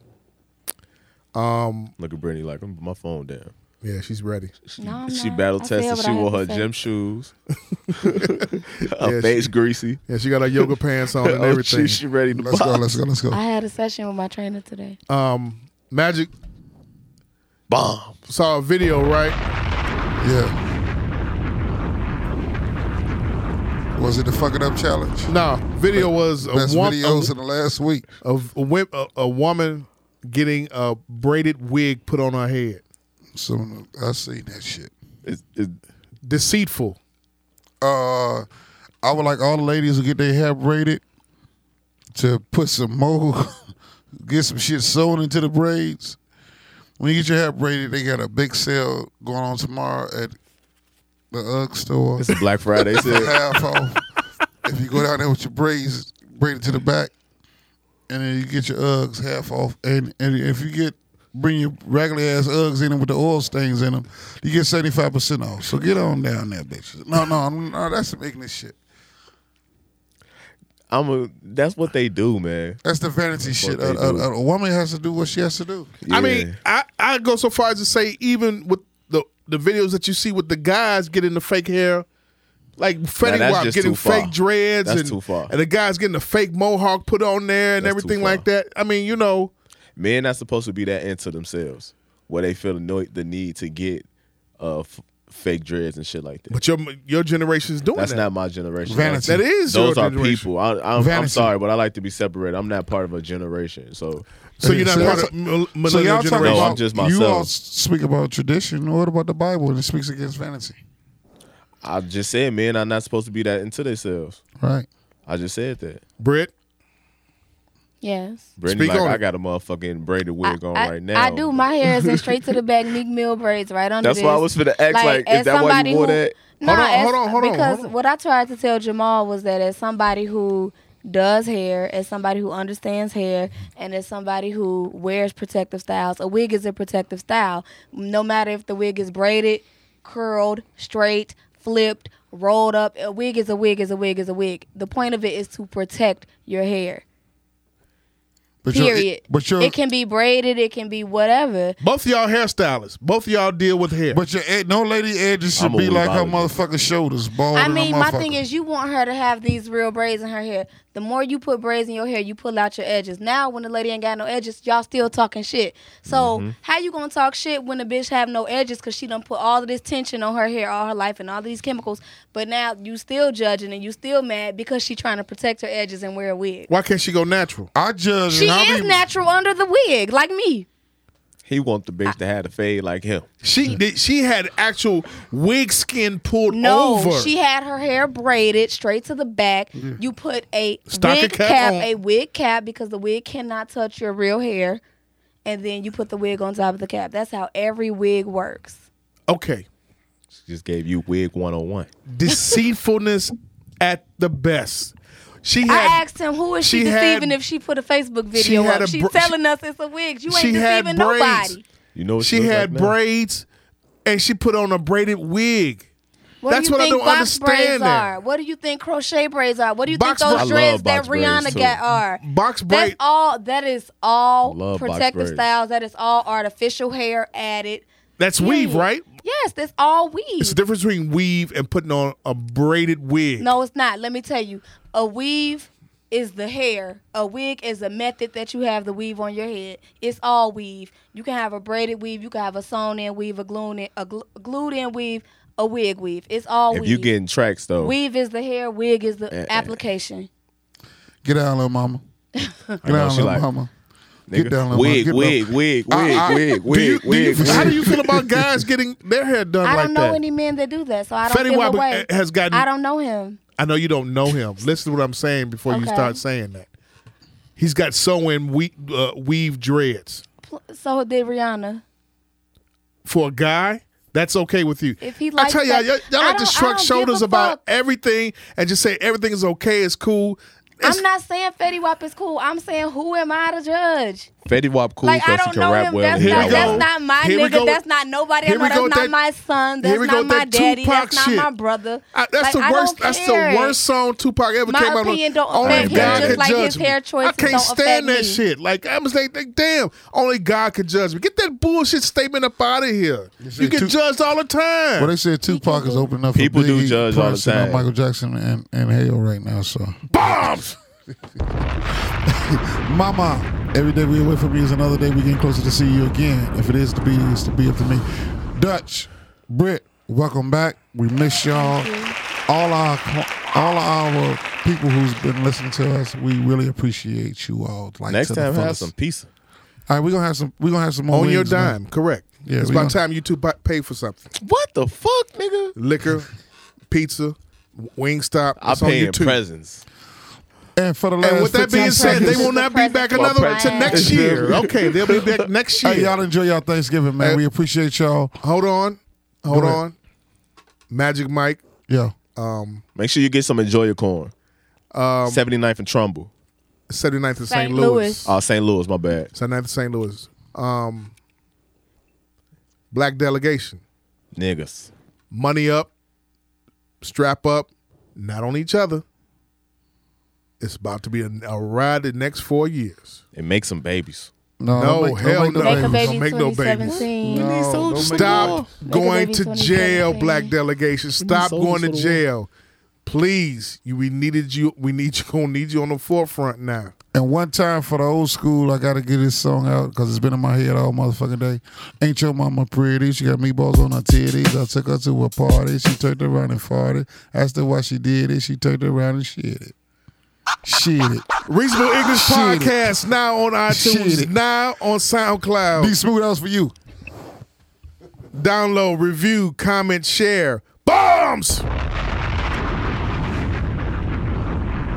H: Look at Brittany like I'm my phone down.
E: Um, Yeah, she's ready.
F: No, I'm
H: she
F: not.
H: battle
F: I said
H: tested.
F: what
H: She
F: I
H: wore
F: had
H: her
F: to say.
H: gym shoes.
E: Yeah,
H: her
E: she-
H: face greasy.
E: Yeah, she got her yoga pants on and
H: Oh,
E: everything.
H: She, she ready to
E: Let's go,
H: box.
E: let's go, let's go.
F: I had a session with my trainer today.
E: Um, Magic Bomb saw a video, right?
D: Yeah. Was it the fuck it up challenge?
E: Nah, video was a
D: Best
E: wom-
D: videos
E: a-
D: in the last week.
E: Of a, wi- a, a woman getting a braided wig put on her head.
D: So I seen that shit.
E: Deceitful.
D: Uh, I would like all the ladies who get their hair braided to put some more, get some shit sewn into the braids. When you get your hair braided, they got a big sale going on tomorrow at the UGG store.
H: It's a Black Friday sale.
D: Half off. If you go down there with your braids braided to the back, and then you get your Uggs half off. And, and if you get bring your regular ass Uggs in them with the oil stains in them, you get seventy five percent off. So get on down there, bitches. No, no, no. That's making this shit.
H: I'm a. That's what they do, man.
D: That's the vanity shit.
H: what
D: A,
H: they
D: a,
H: do.
D: a woman has to do what she has to do.
E: I mean, I I go so far as to say even with the the videos that you see with the guys getting the fake hair, like Fetty
H: that's
E: Wap
H: just
E: getting
H: too far.
E: fake dreads
H: That's
E: and
H: too far.
E: and the guys getting the fake mohawk put on there and
H: That's too
E: everything
H: far.
E: like that. I mean, you know,
H: men not supposed to be that into themselves where they feel the, no- the need to get uh, f- fake dreads and shit like that.
E: but your your generation's doing
H: That's
E: that.
H: not my generation.
E: Vanity. That is
H: Those
E: your
H: are
E: generation.
H: people. I, I'm, I'm
E: Vanity.
H: sorry, but I like to be separated. I'm not part of a generation. So,
E: So you're not part of mil-
D: So
E: millennial
D: y'all talking
E: generation.
H: No, I'm
D: about
H: just
D: you all
H: myself.
D: s- speak about tradition. What about the Bible? And it speaks against vanity,
H: I just said men are not supposed to be that into themselves.
D: right?
H: I just said that.
E: Britt,
F: Yes.
H: Brittany,
E: Speak
H: like,
E: on
H: I
E: it.
H: got a motherfucking braided wig on
F: I,
H: Oh, right now.
F: I do. My hair is in straight to the back, Meek Mill braids right under
H: That's
F: this.
H: why I was finna ask, like, is
F: as
H: that why you
F: somebody
H: wore
F: who-
H: that?
F: Nah,
E: Hold on,
F: as-
E: hold on, hold on,
F: because
E: hold on.
F: what I tried to tell Jamal was that as somebody who does hair, as somebody who understands hair, and as somebody who wears protective styles, a wig is a protective style. No matter if the wig is braided, curled, straight, flipped, rolled up, a wig is a wig is a wig is a wig. The point of it is to protect your hair.
D: But your-
F: Period.
D: but your
F: it can be braided, it can be whatever.
E: both of y'all hairstylists, both of y'all deal with hair.
D: but your ed- no lady edges should
H: I'm a
D: be like her
H: weebologist.
D: motherfucking shoulders, bald.
F: I
D: than a
F: mean, my
D: Oh, motherfucker.
F: thing is, you want her to have these real braids in her hair. The more you put braids in your hair, you pull out your edges. Now, when the lady ain't got no edges, y'all still talking shit. So,
D: Mm-hmm.
F: how you gonna talk shit when the bitch have no edges? Cause she done put all of this tension on her hair all her life and all these chemicals. But now you still judging and you still mad because she trying to protect her edges and wear a wig.
E: Why can't she go natural?
D: I judge.
F: She
D: and I
F: is
D: be-
F: natural under the wig, like me.
H: he want the bitch to have a fade like him. Mm.
E: She did. She had actual wig skin pulled
F: No,
E: over.
F: she had her hair braided straight to the back. You put a
E: Stocking
F: wig
E: cap
F: cap,
E: on.
F: a wig cap because the wig cannot touch your real hair, and then you put the wig on top of the cap. That's how every wig works.
E: okay,
H: She just gave you wig 101.
E: deceitfulness at the best. She had.
F: I asked him, "Who is she,
E: she had-
F: deceiving if she put a Facebook video
E: had a
F: up? She's
E: br-
F: telling us it's a wig. You ain't
E: she had
F: deceiving
E: braids.
F: nobody."
H: You know what
E: she
H: look
E: had
H: like now?
E: braids, and she put on a braided wig.
F: What
E: That's
F: do you
E: what I
F: think
E: don't
F: box braids
E: understand there.
F: are? What do you think crochet braids are? What do you
E: Box
F: think
E: bra- I
F: those dreads
H: love
F: that
H: box braids,
F: Rihanna
H: too.
F: got are?
E: Box braid.
F: That's all. That is
H: I
F: all
H: love box
F: protective
H: braids.
F: styles. That is all artificial hair added.
E: That's weave,
F: Yeah.
E: right?
F: Yes, that's all weave.
E: It's the difference between weave and putting on a braided wig.
F: no, it's not. Let me tell you, a weave is the hair. A wig is a method that you have the weave on your head. It's all weave. You can have a braided weave. You can have a sewn in weave, a glued in, a glu- glued in weave, a wig weave. It's all
H: If
F: weave.
H: you getting tracks though,
F: weave is the hair. Wig is the application.
D: Get down, little mama. Get
H: I know,
D: down,
H: she
D: little
H: like,
D: mama.
H: nigga,
D: Get down, little
H: wig,
D: mama. Get
H: wig, wig, wig, wig,
E: Do you-
H: wig,
E: do you-
H: wig, wig.
E: How do you feel about guys getting their hair done
F: I
E: like
F: don't know
E: that?
F: any men that do that, so I don't
E: Fetty
F: give
E: Wap
F: away.
E: has gotten-
F: I don't know him.
E: I know you don't know him. Listen to what I'm saying before you
F: Okay.
E: start saying that. He's got sewing we, uh, weave dreads.
F: Pl- So did Rihanna.
E: For a guy, that's okay with you.
F: If he
E: I
F: likes
E: tell y'all,
F: that-
E: y'all, y'all
F: I
E: like to
F: don't- I
E: shrug
F: don't give
E: shoulders
F: a
E: about
F: fuck.
E: everything and just say everything is okay, it's cool.
F: I'm not saying Fetty Wap is cool. I'm saying who am I to judge?
H: Fetty Wap cool
F: like I
H: because he
F: don't
H: can
F: know
H: rap
F: him.
H: well.
F: that's,
H: and he
F: not,
H: can
F: that's
H: roll.
F: not my
H: Here we
F: nigga.
H: go-
F: that's not nobody. I
H: here
F: know
H: we
F: that's
H: go
F: not
H: with that-
F: my son. That's
H: here we go
F: not
H: with
F: my
H: that
F: daddy. That's
H: Tupac
F: not my
H: shit.
F: brother.
E: I- that's
F: Like,
E: the
F: I don't
E: worst. That's the
F: care.
E: worst song Tupac ever
F: My
E: came out.
F: opinion
E: with.
F: don't
E: only
F: affect him,
E: God
F: just
E: can
F: like
E: judge
F: his
E: me.
F: hair
E: I
F: choices
E: can't
F: don't affect
E: stand that
F: me.
E: shit. Like I was like, like, damn, only God can judge me. Get that bullshit statement up out of here. You get judged all the time.
D: Well, they said Tupac is opening up
H: People
D: for
H: do
D: Biggie,
H: judge all the
D: Prince, and, uh,
H: time.
D: Michael Jackson and, and Hale right now, so.
E: Bombs.
D: Mama, every day we away from you is another day we getting closer to see you again. If it is to be, it's to be up to me. Dutch, Britt, welcome back. We miss y'all. All our all our people who's been listening to us, we really appreciate you all. Like
H: Next
D: to the
H: time, have
D: fullest.
H: some pizza.
D: All right, we're gonna have some. We're gonna have some more
E: on your
D: wings, man.
E: dime, correct?
D: Yeah,
E: it's
D: we
E: about
D: don't-
E: time you two bu- pay for something.
H: What the fuck, nigga?
E: Liquor, pizza, Wingstop.
H: I
E: It's on
H: pay
E: you
H: in
E: two.
H: presents.
D: And for the last
E: And with that
D: 15
E: being said, they
D: seconds-
E: will not be back
H: Well,
E: another
H: presents.
E: to next year. Okay, they'll be back next year.
D: Hey, y'all enjoy y'all Thanksgiving, man. we appreciate y'all.
E: Hold on, hold
D: Go ahead.
E: on. Magic Mike,
D: Yeah.
E: um,
H: Make sure you get some Enjoy Your Corn.
E: um,
H: 79th and Trumbull.
E: 79th in
F: St.
E: St. Louis.
F: Louis.
H: Uh, St. Louis, my bad.
E: 79th in St. Louis. Um, black delegation.
H: Niggas.
E: Money up, strap up, not on each other. It's about to be a, a ride the next four years.
H: And make some babies.
D: No,
E: No,
D: don't make- don't
E: hell
D: make
E: no.
D: babies.
F: Make a baby
E: Don't make no babies.
F: 2017.
E: Stop
F: Make a
E: going
F: baby
E: to
F: 20,
E: jail,
F: 17.
E: black delegation. Stop
H: soldiers
E: going to
H: for the war.
E: jail. Please, you, we needed you. We need you. Gonna need you on the forefront now.
D: And one time for the old school, I gotta get this song out because it's been in my head all motherfucking day. Ain't your mama pretty? She got meatballs on her titties. I took her to a party. She turned around and farted. Asked her why she did it. She turned around and shit it. Shit it.
E: Reasonable English
D: Ah, Shit.
E: podcast now on iTunes,
D: Shit.
E: now on SoundCloud.
D: D smooth house for you.
E: Download, review, comment, share. Bombs.